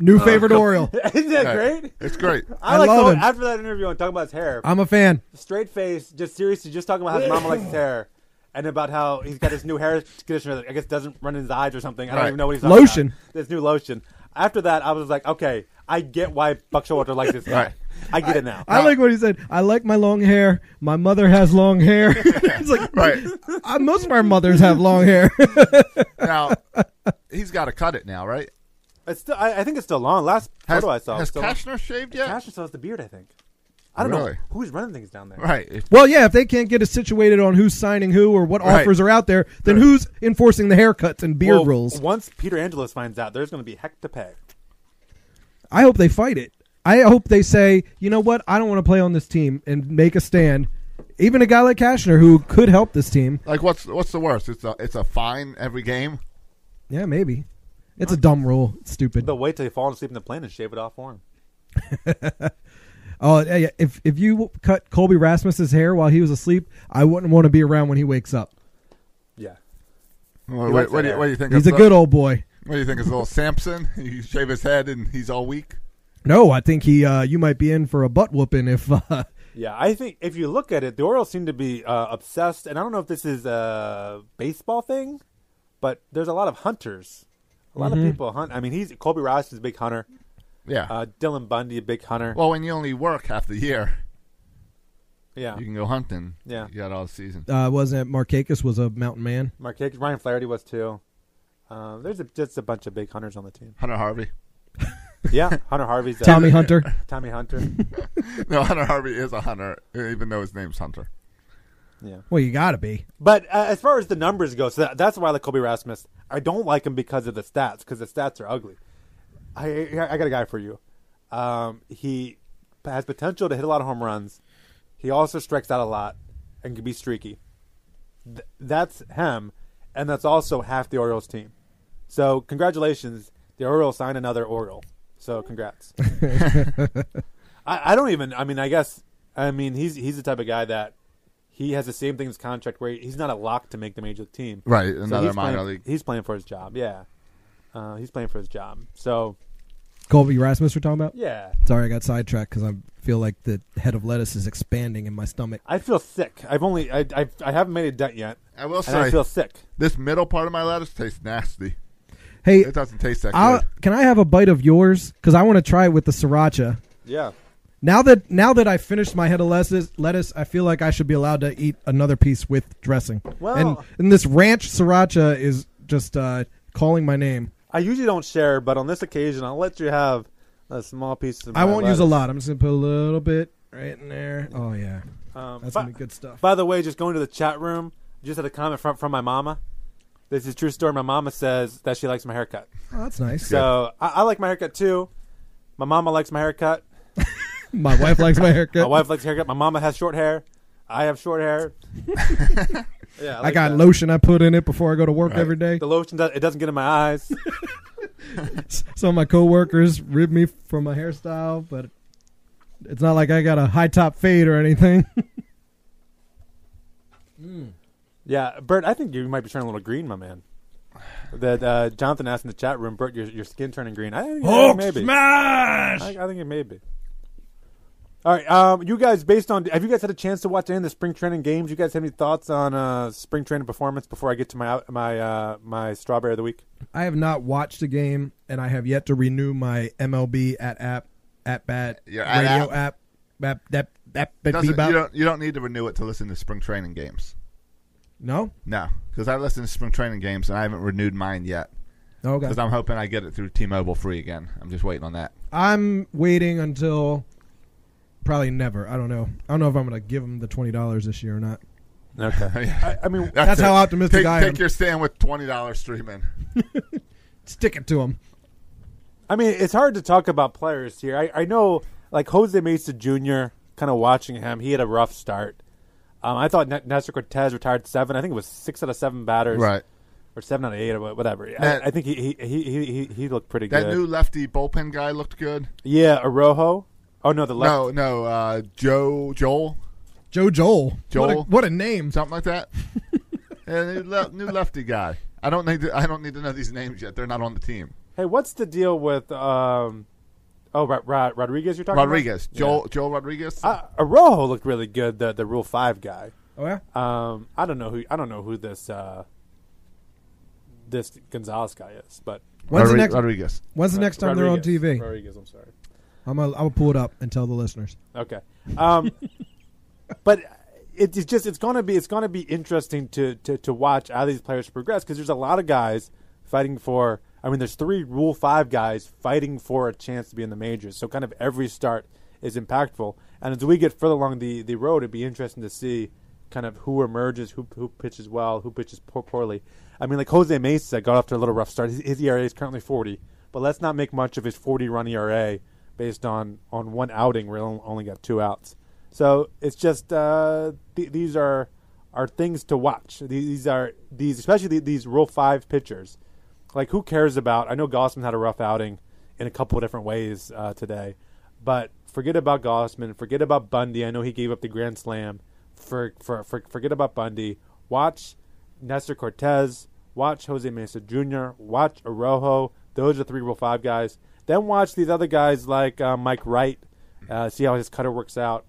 Speaker 6: New favorite Oriole.
Speaker 5: Isn't that great?
Speaker 8: It's great.
Speaker 5: I,
Speaker 6: I
Speaker 5: like
Speaker 6: love
Speaker 5: going
Speaker 6: him.
Speaker 5: after that interview and talking about his hair.
Speaker 6: I'm a fan.
Speaker 5: Straight face, just seriously, just talking about how his mama likes his hair. And about how he's got this new hair conditioner that I guess doesn't run in his eyes or something. I don't
Speaker 8: Right.
Speaker 5: even know what he's talking
Speaker 6: Lotion.
Speaker 5: About. This new lotion. After that, I was like, okay, I get why Buck Showalter likes this guy.
Speaker 8: Right.
Speaker 5: I get it now.
Speaker 6: I like what he said. I like my long hair. My mother has long hair. it's like
Speaker 8: Right.
Speaker 6: I, most of our mothers have long hair.
Speaker 8: now, he's got to cut it now, right?
Speaker 5: It's still, I, I think it's still long. Last
Speaker 8: Has,
Speaker 5: photo I saw.
Speaker 8: has
Speaker 5: was still
Speaker 8: Kashner shaved yet?
Speaker 5: Cash still has the beard, I think. I don't know
Speaker 8: Really?
Speaker 5: who's running things down there.
Speaker 8: Right. If-
Speaker 6: well, yeah. If they can't get us situated on who's signing who or what
Speaker 8: Right.
Speaker 6: offers are out there, then
Speaker 8: Right.
Speaker 6: who's enforcing the haircuts and beard
Speaker 5: Well,
Speaker 6: rules?
Speaker 5: Once Peter Angelos finds out, there's going to be heck to pay.
Speaker 6: I hope they fight it. I hope they say, you know what, I don't want to play on this team and make a stand. Even a guy like Kashner who could help this team.
Speaker 8: Like what's what's the worst? It's a it's a fine every game.
Speaker 6: Yeah, maybe. It's a dumb rule. It's stupid.
Speaker 5: They'll wait till he falls asleep in the plane and shave it off for him.
Speaker 6: Oh, yeah, yeah. if if you cut Colby Rasmus's hair while he was asleep, I wouldn't want to be around when he wakes up.
Speaker 5: Yeah.
Speaker 8: What,
Speaker 5: likes
Speaker 8: what, what do
Speaker 5: the
Speaker 8: you,
Speaker 5: hair.
Speaker 8: what do you think?
Speaker 6: He's a
Speaker 8: of
Speaker 6: good
Speaker 8: the-
Speaker 6: old boy.
Speaker 8: What do you think? Is little Samson? You shave his head and he's all weak.
Speaker 6: No, I think he. Uh, you might be in for a butt whooping if. Uh,
Speaker 5: Yeah, I think if you look at it, the Orioles seem to be uh, obsessed, and I don't know if this is a baseball thing, but there's a lot of hunters. A lot of people hunt. I mean, he's Colby Ross is a big hunter.
Speaker 8: Yeah.
Speaker 5: Uh, Dylan Bundy, a big hunter.
Speaker 8: well, when you only work half the year,
Speaker 5: yeah.
Speaker 8: you can go hunting.
Speaker 5: Yeah.
Speaker 8: You got all the season.
Speaker 6: uh, wasn't it Markakis was a mountain man?
Speaker 5: Mark Hicks, Ryan Flaherty was too. Uh, there's a, just a bunch of big hunters on the team.
Speaker 8: Hunter Harvey.
Speaker 5: Yeah, Hunter Harvey's uh,
Speaker 6: Tommy Hunter.
Speaker 5: Tommy Hunter.
Speaker 8: No, Hunter Harvey is a hunter, even though his name's Hunter.
Speaker 5: Yeah.
Speaker 6: Well, you gotta be.
Speaker 5: But uh, as far as the numbers go, so that, that's why I like Kobe Rasmus. I don't like him because of the stats, because the stats are ugly. I, I I got a guy for you. Um, he has potential to hit a lot of home runs. He also strikes out a lot and can be streaky. Th- that's him, and that's also half the Orioles team. So congratulations, the Orioles signed another Oriole. So congrats. I, I don't even. I mean, I guess. I mean, he's he's the type of guy that he has the same thing in his contract where he- he's not a lock to make the major league team.
Speaker 8: Right,
Speaker 5: So
Speaker 8: another
Speaker 5: he's
Speaker 8: minor
Speaker 5: playing,
Speaker 8: league.
Speaker 5: He's playing for his job. Yeah, uh, he's playing for his job. So
Speaker 6: Colby Rasmus we're talking about.
Speaker 5: yeah,
Speaker 6: Sorry, I got sidetracked because I feel like the head of lettuce is expanding in my stomach.
Speaker 5: I feel sick. I've only I I, I haven't made a dent yet,
Speaker 8: I
Speaker 3: Oh,
Speaker 8: will
Speaker 5: and I
Speaker 8: say
Speaker 5: feel sick.
Speaker 8: this middle part of my lettuce tastes nasty.
Speaker 6: Hey,
Speaker 8: It doesn't taste that
Speaker 6: I'll,
Speaker 8: good.
Speaker 6: can I have a bite of yours? Because I want to try it with the sriracha.
Speaker 5: Yeah.
Speaker 6: Now that now that I finished my head of lettuce, lettuce, I feel like I should be allowed to eat another piece with dressing.
Speaker 5: Well-
Speaker 6: and and this ranch sriracha is just uh, calling my name.
Speaker 5: I usually don't share, but on this occasion, I'll let you have a small piece of.
Speaker 6: I
Speaker 5: my
Speaker 6: won't use a
Speaker 5: lettuce.
Speaker 6: lot. I'm just gonna put a little bit right in there. Oh yeah, that's
Speaker 5: Uh, Um, but-
Speaker 6: gonna be good stuff.
Speaker 5: By the way, just going to the chat room, just had a comment from from my mama. This is a true story. My mama says that she likes my haircut.
Speaker 6: Oh, that's nice.
Speaker 5: So I, I like my haircut too. My mama likes my haircut.
Speaker 6: My wife likes my haircut.
Speaker 5: My wife likes haircut. My mama has short hair. I have short hair. yeah,
Speaker 6: I got
Speaker 5: that.
Speaker 6: lotion I put in it before I go to work every day.
Speaker 5: The lotion does, it doesn't get in my eyes.
Speaker 6: Some of my coworkers rib me for my hairstyle, but it's not like I got a high top fade or anything.
Speaker 5: yeah, Bert, I think you might be turning a little green, my man. That uh, Jonathan asked in the chat room, Bert, your, your skin turning green. I think maybe.
Speaker 6: smash!
Speaker 5: I, I think it may be. All right, um, you guys. Based on, have you guys had a chance to watch any of the spring training games? You guys have any thoughts on uh, spring training performance before I get to my my uh, my strawberry of the week?
Speaker 6: I have not watched a game, and I have yet to renew my MLB at app at bat
Speaker 3: Your at app?
Speaker 6: radio app app that that
Speaker 3: Doesn't- you
Speaker 6: bebop.
Speaker 3: don't you don't need to renew it to listen to spring training games.
Speaker 6: No,
Speaker 3: No, because I listen to spring training games and I haven't renewed mine yet.
Speaker 6: okay.
Speaker 3: Because I'm hoping I get it through T-Mobile free again. I'm just waiting on that.
Speaker 6: I'm waiting until probably never. I don't know. I don't know if I'm going to give them the twenty dollars this year or not.
Speaker 5: Okay. I, I mean,
Speaker 6: That's how
Speaker 3: it.
Speaker 6: optimistic
Speaker 3: take,
Speaker 6: I
Speaker 3: take
Speaker 6: am.
Speaker 3: your stand with twenty dollars streaming.
Speaker 6: Stick it to them.
Speaker 5: I mean, it's hard to talk about players here. I, I know, like Jose Mesa Jr. Kind of watching him, he had a rough start. Um, I thought N- Nestor Cortez retired seven. I think it was six out of seven batters,
Speaker 3: Right.
Speaker 5: Or seven out of eight, or wha- whatever.
Speaker 3: That-
Speaker 5: I, I think he he, he he he he looked pretty
Speaker 3: That
Speaker 5: good.
Speaker 3: new lefty bullpen guy looked good.
Speaker 5: yeah, Arojo. Oh no, the left.
Speaker 3: No, no, uh, Joe Joel,
Speaker 6: Joe Joel. What a,
Speaker 3: Joel.
Speaker 6: what a name.
Speaker 3: something like that. yeah, new, le- new lefty guy. I don't need to, I don't need to know these names yet. They're not on the team.
Speaker 5: Hey, what's the deal with um? Oh, Rod, Rod, Rodriguez, you're talking
Speaker 3: Rodriguez,
Speaker 5: about
Speaker 3: Joel Joel Rodriguez.
Speaker 5: Yeah. Uh, Arojo looked really good, the the Rule Five guy.
Speaker 6: Oh yeah.
Speaker 5: Um, I don't know who I don't know who this uh, this Gonzalez guy is, but
Speaker 6: When's the
Speaker 3: Rodri-
Speaker 6: next?
Speaker 3: Rodriguez.
Speaker 6: When's the next time
Speaker 5: Rodriguez.
Speaker 6: they're on TV?
Speaker 5: Rodriguez, I'm sorry.
Speaker 6: I'm gonna, I'll pull it up and tell the listeners.
Speaker 5: Okay, um, but it, it's just it's gonna be it's gonna be interesting to to, to watch how these players progress because there's a lot of guys fighting for. I mean, there's three Rule Five guys fighting for a chance to be in the majors. So kind of every start is impactful, and as we get further along the the road, it'd be interesting to see kind of who emerges, who who pitches well, who pitches poor, poorly. I mean, like Jose Mesa got off to a little rough start. His, his ERA is currently 40, but let's not make much of his 40 run ERA based on on one outing where he on- only got two outs. So it's just uh, th- these are are things to watch. These, these are these, especially the, these Rule Five pitchers. Like who cares about? I know Gossman had a rough outing in a couple of different ways uh, today, but forget about Gossman. Forget about Bundy. I know he gave up the grand slam. For, for, for forget about Bundy. Watch Nestor Cortez. Watch Jose Mesa Jr. Watch Arojo. Those are three Rule Five guys. Then watch these other guys like uh, Mike Wright. Uh, see how his cutter works out.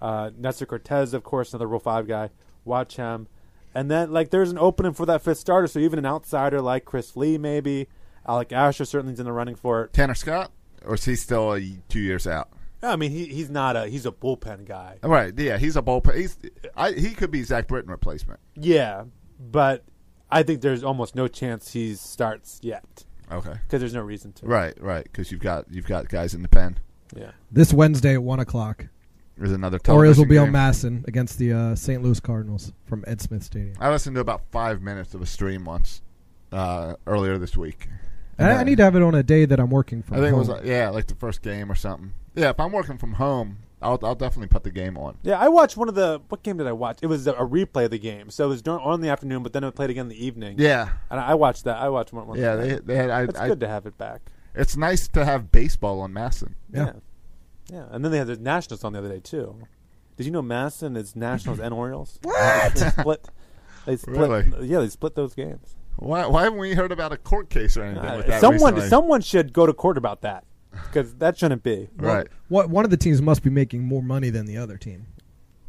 Speaker 5: Uh, Nestor Cortez, of course, another Rule Five guy. Watch him, and then like there's an opening for that fifth starter. So even an outsider like Chris Lee, maybe Alec Asher certainly is in the running for it.
Speaker 3: Tanner Scott, or is he still uh, two years out?
Speaker 5: I mean, he, he's not a he's a bullpen guy.
Speaker 3: All right, yeah, he's a bullpen. He's I, he could be Zach Britton replacement.
Speaker 5: Yeah, but I think there's almost no chance he starts yet
Speaker 3: Okay,
Speaker 5: because there's no reason to.
Speaker 3: right, right, because you've got you've got guys in the pen.
Speaker 5: Yeah.
Speaker 6: This Wednesday at one o'clock,
Speaker 3: There's another.
Speaker 6: Orioles will
Speaker 3: television
Speaker 6: be on
Speaker 3: game.
Speaker 6: Masson against the uh, St. Louis Cardinals from Ed Smith Stadium.
Speaker 3: I listened to about five minutes of a stream once uh, earlier this week.
Speaker 6: And I, I need to have it on a day that I'm working from.
Speaker 3: I think it was
Speaker 6: home.
Speaker 3: like, yeah, like the first game or something. Yeah, if I'm working from home, I'll I'll definitely put the game on.
Speaker 5: Yeah, I watched one of the what game did I watch? It was a, a replay of the game, so it was during on in the afternoon, but then it played again in the evening.
Speaker 3: Yeah,
Speaker 5: and I I watched that. I watched one. one
Speaker 3: yeah. They, they had, I,
Speaker 5: it's
Speaker 3: I,
Speaker 5: good to have it back.
Speaker 3: it's nice to have baseball on Masson.
Speaker 6: Yeah.
Speaker 5: yeah, Yeah, and then they had the Nationals on the other day too. Did you know Masson is Nationals and Orioles? What? They split. They split.
Speaker 3: Really?
Speaker 5: Yeah, they split those games.
Speaker 3: Why why haven't we heard about a court case or anything with
Speaker 5: Uh,
Speaker 3: that?
Speaker 5: someone,
Speaker 3: recently?
Speaker 5: someone should go to court about that because that shouldn't be
Speaker 3: right,
Speaker 6: What one of the teams must be making more money than the other team,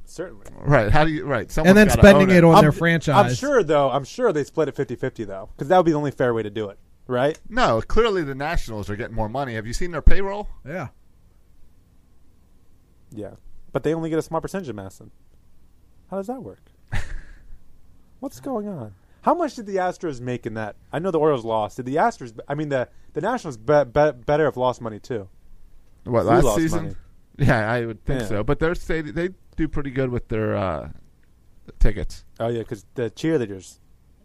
Speaker 5: certainly.
Speaker 3: right. How do you right?
Speaker 6: and
Speaker 3: someone's
Speaker 6: then
Speaker 3: gotta
Speaker 6: spending
Speaker 3: own
Speaker 6: it on
Speaker 5: I'm-
Speaker 6: their franchise.
Speaker 5: I'm sure though. I'm sure they split it 50-50 though, because that would be the only fair way to do it, right?
Speaker 3: No, clearly the Nationals are getting more money. Have you seen their payroll?
Speaker 6: Yeah.
Speaker 5: Yeah, but they only get a small percentage of Masson. How does that work? What's going on? How much did the Astros make in that? I know the Orioles lost. Did the Astros? I mean the the Nationals be, be, better have lost money too.
Speaker 3: What
Speaker 5: We
Speaker 3: last
Speaker 5: lost
Speaker 3: season?
Speaker 5: money.
Speaker 3: Yeah, I would think
Speaker 5: Yeah.
Speaker 3: so. But they're they, they do pretty good with their uh, tickets.
Speaker 5: Oh yeah, because the cheerleaders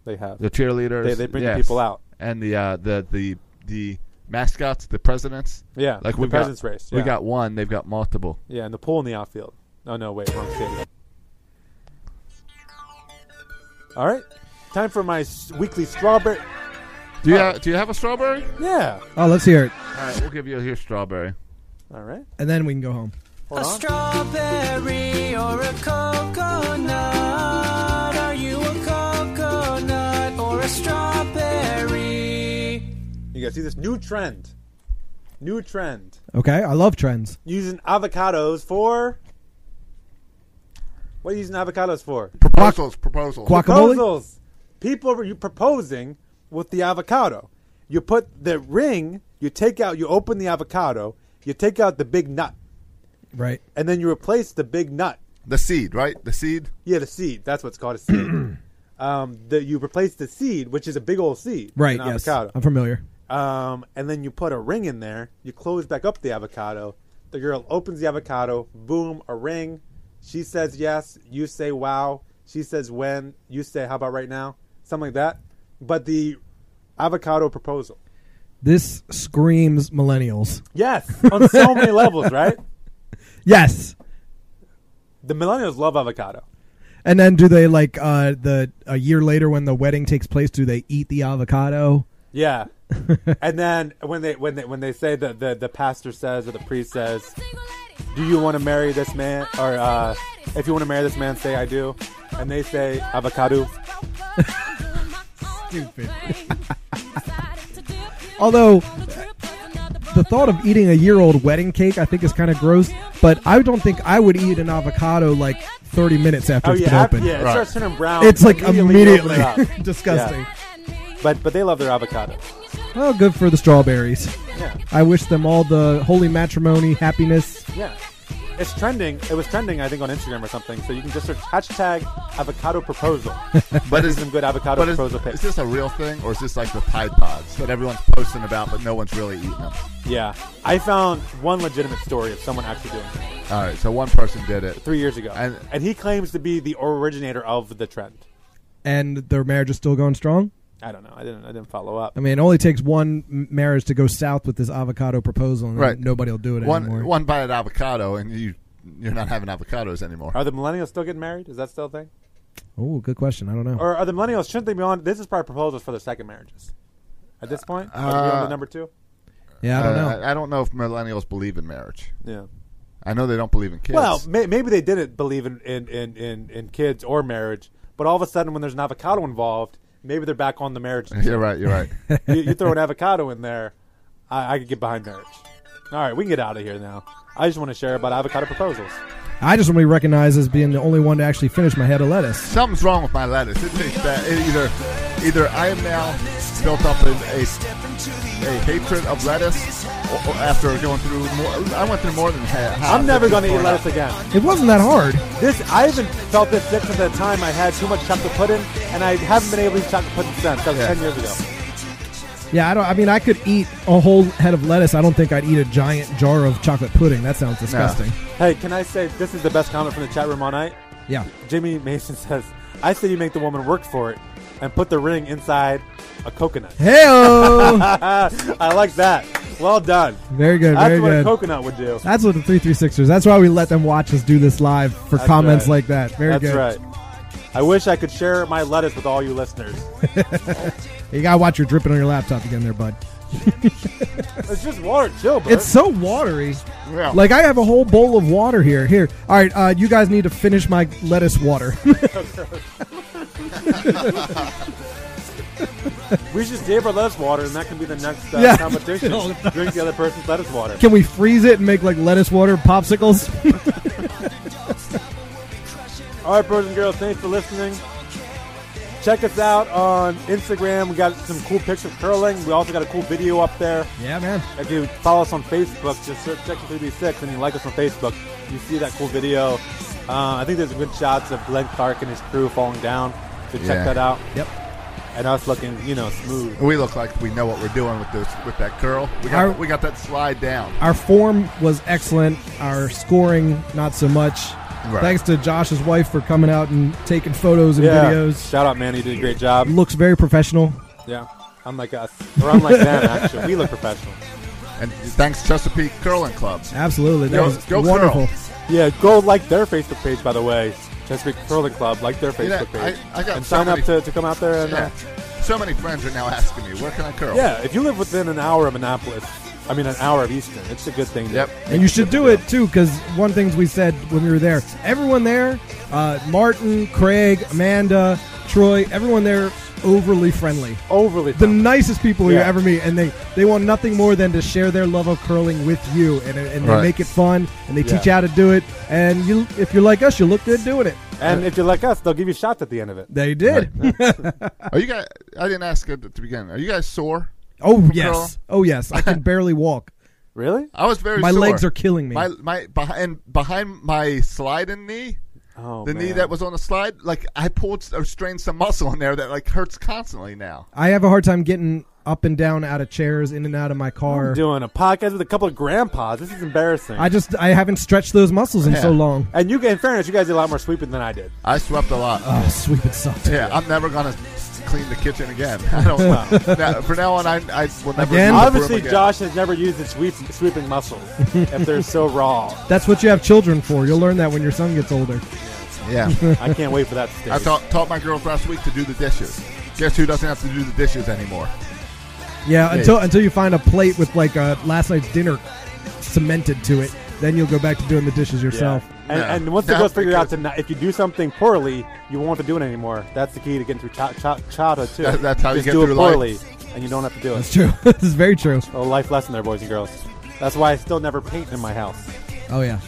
Speaker 5: they have
Speaker 3: The cheerleaders
Speaker 5: they they bring
Speaker 3: yes.
Speaker 5: people out.
Speaker 3: and the uh, the the the
Speaker 8: mascots, the presidents.
Speaker 5: Yeah,
Speaker 8: like
Speaker 5: the
Speaker 8: we got-
Speaker 5: president's race,
Speaker 8: We
Speaker 5: yeah.
Speaker 8: got one. They've got multiple.
Speaker 5: Yeah, and the pool in the outfield. Oh no, wait, wrong stadium. All right, time for my s- weekly strawberry.
Speaker 8: Do you have, do you have a strawberry?
Speaker 5: Yeah.
Speaker 6: Oh, let's hear it,
Speaker 8: All right, we'll give you your strawberry.
Speaker 5: All right.
Speaker 6: and then we can go home.
Speaker 5: Hold on.
Speaker 10: strawberry or a coconut? Are you a coconut or a strawberry?
Speaker 5: You guys see this new trend? New trend
Speaker 6: Okay, I love trends.
Speaker 5: using avocados for. What are you using avocados for?
Speaker 8: Proposals, proposals.
Speaker 6: Guac- Guacamole?
Speaker 5: proposals. People are you proposing with the avocado. You put the ring, you take out, you open the avocado, you take out the big nut,
Speaker 6: Right.
Speaker 5: and then you replace the big nut.
Speaker 8: The seed, right? The seed.
Speaker 5: Yeah, the seed. That's what's called a seed. um, the, you replace the seed, which is a big old seed,
Speaker 6: Right.
Speaker 5: an
Speaker 6: Yes.
Speaker 5: avocado.
Speaker 6: I'm familiar.
Speaker 5: Um, and then you put a ring in there. You close back up the avocado. The girl opens the avocado. Boom, a ring. She says yes. You say wow. She says when. You say how about right now? Something like that. But the avocado proposal.
Speaker 6: This screams millennials.
Speaker 5: Yes, on so many levels, right?
Speaker 6: Yes.
Speaker 5: The millennials love avocado.
Speaker 6: And then do they like uh the a year later when the wedding takes place? Do they eat the avocado?
Speaker 5: Yeah. and then when they when they when they say the, the the pastor says or the priest says, "Do you want to marry this man?" or uh, "If you want to marry this man, say I do." And they say avocado.
Speaker 6: Stupid. Although the thought of eating a year old wedding cake, I think, is kind of gross. But I don't think I would eat an avocado like 30 minutes after
Speaker 5: Oh
Speaker 6: it's
Speaker 5: yeah,
Speaker 6: been
Speaker 5: af-
Speaker 6: opened.
Speaker 5: yeah. It starts turning brown.
Speaker 6: It's like
Speaker 5: you
Speaker 6: immediately,
Speaker 5: open it up.
Speaker 6: disgusting.
Speaker 5: Yeah. But but they love their avocado.
Speaker 6: Well, good for the strawberries.
Speaker 5: Yeah.
Speaker 6: I wish them all the holy matrimony, happiness.
Speaker 5: Yeah. It's trending. It was trending, I think, on Instagram or something. So you can just search hashtag avocado proposal.
Speaker 8: But is
Speaker 5: Some good avocado
Speaker 8: but is,
Speaker 5: proposal pics.
Speaker 8: is this a real thing, or is this like the Tide Pods that everyone's posting about, but no one's really eating them?
Speaker 5: yeah. I found one legitimate story of someone actually doing it.
Speaker 8: All right, so one person did it.
Speaker 5: three years ago,
Speaker 8: And-
Speaker 5: and, he claims to be the originator of the trend.
Speaker 6: And their marriage is still going strong.
Speaker 5: I don't know. I didn't. I didn't follow up.
Speaker 6: I mean, it only takes one m- marriage to go south with this avocado proposal, and
Speaker 8: Right.
Speaker 6: nobody will do it
Speaker 8: One
Speaker 6: anymore.
Speaker 8: one bite of avocado, and you you're not having avocados anymore.
Speaker 5: Are the millennials still getting married? Is that still a thing?
Speaker 6: Oh, good question. I don't know.
Speaker 5: Or are the millennials shouldn't they be on? This is probably proposals for their second marriages. At this point, are we on
Speaker 8: Uh,
Speaker 5: the number two?
Speaker 6: Yeah, I don't know.
Speaker 8: Uh, I, I don't know if millennials believe in marriage.
Speaker 5: Yeah.
Speaker 8: I know they don't believe in kids.
Speaker 5: Well, may, maybe they didn't believe in in, in, in in kids or marriage, but all of a sudden, when there's an avocado involved, maybe they're back on the marriage.
Speaker 8: you're right. You're right.
Speaker 5: you, you throw an avocado in there, I, I could get behind marriage. All right, we can get out of here now. I just want to share about avocado proposals.
Speaker 6: I just want to be recognized as being the only one to actually finish my head of lettuce.
Speaker 8: Something's wrong with my lettuce. It tastes bad. It either, either I am now built up in a, a hatred of lettuce, or, or after going through more. I went through more than half.
Speaker 5: I'm never going to eat lettuce again.
Speaker 6: It wasn't that hard.
Speaker 5: This I haven't felt this sick since the time I had too much chocolate pudding, and I haven't been able to eat chocolate pudding since. That was
Speaker 8: Yeah.
Speaker 5: ten years ago.
Speaker 6: Yeah, I don't. I mean, I could eat a whole head of lettuce. I don't think I'd eat a giant jar of chocolate pudding. That sounds disgusting.
Speaker 5: Hey, can I say this is the best comment from the chat room all night?
Speaker 6: Yeah,
Speaker 5: Jimmy Mason says, "I say you make the woman work for it and put the ring inside a coconut."
Speaker 6: Heyo!
Speaker 5: I like that. Well done.
Speaker 6: very good,
Speaker 5: That's
Speaker 6: very
Speaker 5: what a
Speaker 6: good.
Speaker 5: coconut would do.
Speaker 6: That's what the three three sixers. That's why we let them watch us do this live for
Speaker 5: That's
Speaker 6: comments
Speaker 5: right.
Speaker 6: like that. Very
Speaker 5: That's
Speaker 6: good.
Speaker 5: right. I wish I could share my lettuce with all you listeners.
Speaker 6: You gotta watch your dripping on your laptop again, there, bud.
Speaker 5: It's just water, chill, bro.
Speaker 6: It's so watery.
Speaker 8: Yeah.
Speaker 6: Like I have a whole bowl of water here. Here, all right. Uh, you guys need to finish my lettuce water.
Speaker 5: we should save our lettuce water, and that can be the next uh,
Speaker 6: Yeah.
Speaker 5: competition. Drink the other person's lettuce water.
Speaker 6: Can we freeze it and make like lettuce water popsicles?
Speaker 5: All right, boys and girls, thanks for listening. Check us out on Instagram. We got some cool pictures of curling. We also got a cool video up there.
Speaker 6: yeah, man.
Speaker 5: If you follow us on Facebook, just search Section 3B6 and you like us on Facebook, you see that cool video. Uh, I think there's good shots of Glenn Clark and his crew falling down. So check
Speaker 8: Yeah.
Speaker 5: that out.
Speaker 6: Yep.
Speaker 5: And us looking, you know, smooth.
Speaker 8: We look like we know what we're doing with this with that curl. We got
Speaker 6: Our-
Speaker 8: we got that slide down.
Speaker 6: Our form was excellent. Our scoring, not so much.
Speaker 8: Right.
Speaker 6: Thanks to Josh's wife for coming out and taking photos and videos.
Speaker 5: Shout out, man. You did a great job.
Speaker 6: Looks very professional.
Speaker 5: Yeah. unlike us, or unlike them. Actually, we look professional.
Speaker 3: And thanks Chesapeake Curling Club.
Speaker 6: Absolutely. That
Speaker 3: Go-
Speaker 6: was
Speaker 3: go
Speaker 6: wonderful.
Speaker 3: curl.
Speaker 5: Yeah, go like their Facebook page, by the way. Chesapeake Curling Club, like their
Speaker 3: You know,
Speaker 5: Facebook page,
Speaker 3: I- I got
Speaker 5: and
Speaker 3: so
Speaker 5: sign up
Speaker 3: many-
Speaker 5: to, to come out there and. Uh,
Speaker 3: Yeah. So many friends are now asking me, where can I curl?
Speaker 5: yeah, if you live within an hour of Annapolis, I mean an hour of Easton, it's a good thing. to-
Speaker 3: Yep.
Speaker 6: And you should do it too, because one things we said when we were there, everyone there, uh, Martin, Craig, Amanda, Troy, everyone there overly friendly.
Speaker 5: Overly.
Speaker 6: The
Speaker 5: fun.
Speaker 6: nicest people you
Speaker 5: Yeah.
Speaker 6: ever meet, and they, they want nothing more than to share their love of curling with you, and, and they
Speaker 3: Right.
Speaker 6: make it fun, and they teach you
Speaker 5: Yeah.
Speaker 6: how to do it, and you if you're like us, you look good doing it.
Speaker 5: and if you're like us, they'll give you shots at the end of it.
Speaker 6: They did.
Speaker 3: Are you guys? I didn't ask at the beginning. Are you guys sore?
Speaker 6: Oh yes, oh yes, I can barely walk.
Speaker 5: Really?
Speaker 3: I was very.
Speaker 6: My
Speaker 3: sore.
Speaker 6: legs are killing me.
Speaker 3: My my behind behind my sliding knee,
Speaker 5: Oh,
Speaker 3: the knee
Speaker 5: man.
Speaker 3: that was on the slide, like I pulled or strained some muscle in there that like hurts constantly now.
Speaker 6: I have a hard time getting up and down out of chairs, in and out of my car.
Speaker 5: I'm doing a podcast with a couple of grandpas. This is embarrassing.
Speaker 6: I just I haven't stretched those muscles in so
Speaker 3: Yeah.
Speaker 6: long.
Speaker 5: and you, in fairness, you guys did a lot more sweeping than I did.
Speaker 3: I swept a lot.
Speaker 6: Oh, sweeping sucked.
Speaker 3: yeah, I'm never gonna clean the kitchen again. I don't know. now, for now on, I, I will never. use the broom
Speaker 6: Again?
Speaker 5: Obviously,
Speaker 3: again.
Speaker 5: Josh has never used his sweep, sweeping muscles if they're so raw.
Speaker 6: That's what you have children for. You'll learn that when your son gets older.
Speaker 3: Yeah,
Speaker 5: I can't wait for that stage.
Speaker 3: I taught taught my girls last week to do the dishes. Guess who doesn't have to do the dishes anymore?
Speaker 6: Yeah, until until you find a plate with like uh, last night's dinner cemented to it, then you'll go back to doing the dishes
Speaker 5: Yeah.
Speaker 6: yourself.
Speaker 5: And,
Speaker 3: No.
Speaker 5: and once the
Speaker 3: No,
Speaker 5: girls figure out to
Speaker 3: because-
Speaker 5: not, if you do something poorly, you won't have to do it anymore. That's the key to getting through child, child, childhood too.
Speaker 3: That- that's how you
Speaker 5: Just
Speaker 3: get
Speaker 5: do
Speaker 3: through
Speaker 5: it
Speaker 3: life.
Speaker 5: poorly, and you don't have to do
Speaker 6: It's
Speaker 5: it.
Speaker 6: true. this is very true.
Speaker 5: A life lesson there, boys and girls. That's why I still never paint in my house.
Speaker 6: Oh yeah.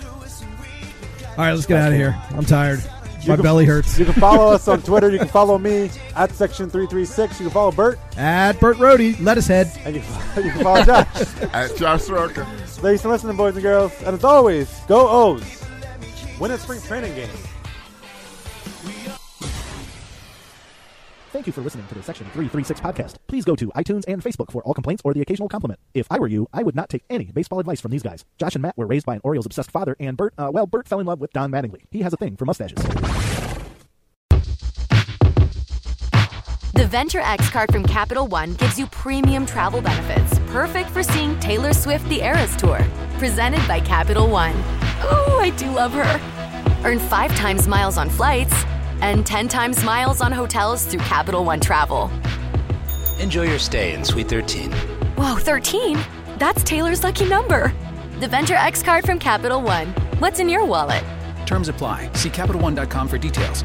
Speaker 6: All right, let's get out of here. I'm tired. My
Speaker 5: can-
Speaker 6: belly hurts.
Speaker 5: You can follow us on Twitter. You can follow me at section three three six. You can follow Bert,
Speaker 6: At Burt Rhodey, lettuce head.
Speaker 5: and you, can- you can follow Josh.
Speaker 3: At Josh Soroka.
Speaker 5: Thanks for listening, boys and girls. And as always, go O's. Win a spring training game.
Speaker 1: Thank you for listening to the Section 336 podcast. Please go to iTunes and Facebook for all complaints or the occasional compliment. If I were you, I would not take any baseball advice from these guys. Josh and Matt were raised by an Orioles obsessed father, and Bert, uh, well, Bert fell in love with Don Mattingly. He has a thing for mustaches.
Speaker 2: The Venture X card from Capital One gives you premium travel benefits, perfect for seeing Taylor Swift the Eras Tour. Presented by Capital One. Ooh, I do love her. Earn five times miles on flights and 10 times miles on hotels through Capital One Travel.
Speaker 11: Enjoy your stay in Suite 13.
Speaker 2: Whoa, 13? That's Taylor's lucky number. The Venture X card from Capital One. What's in your wallet?
Speaker 11: Terms apply. See CapitalOne.com for details.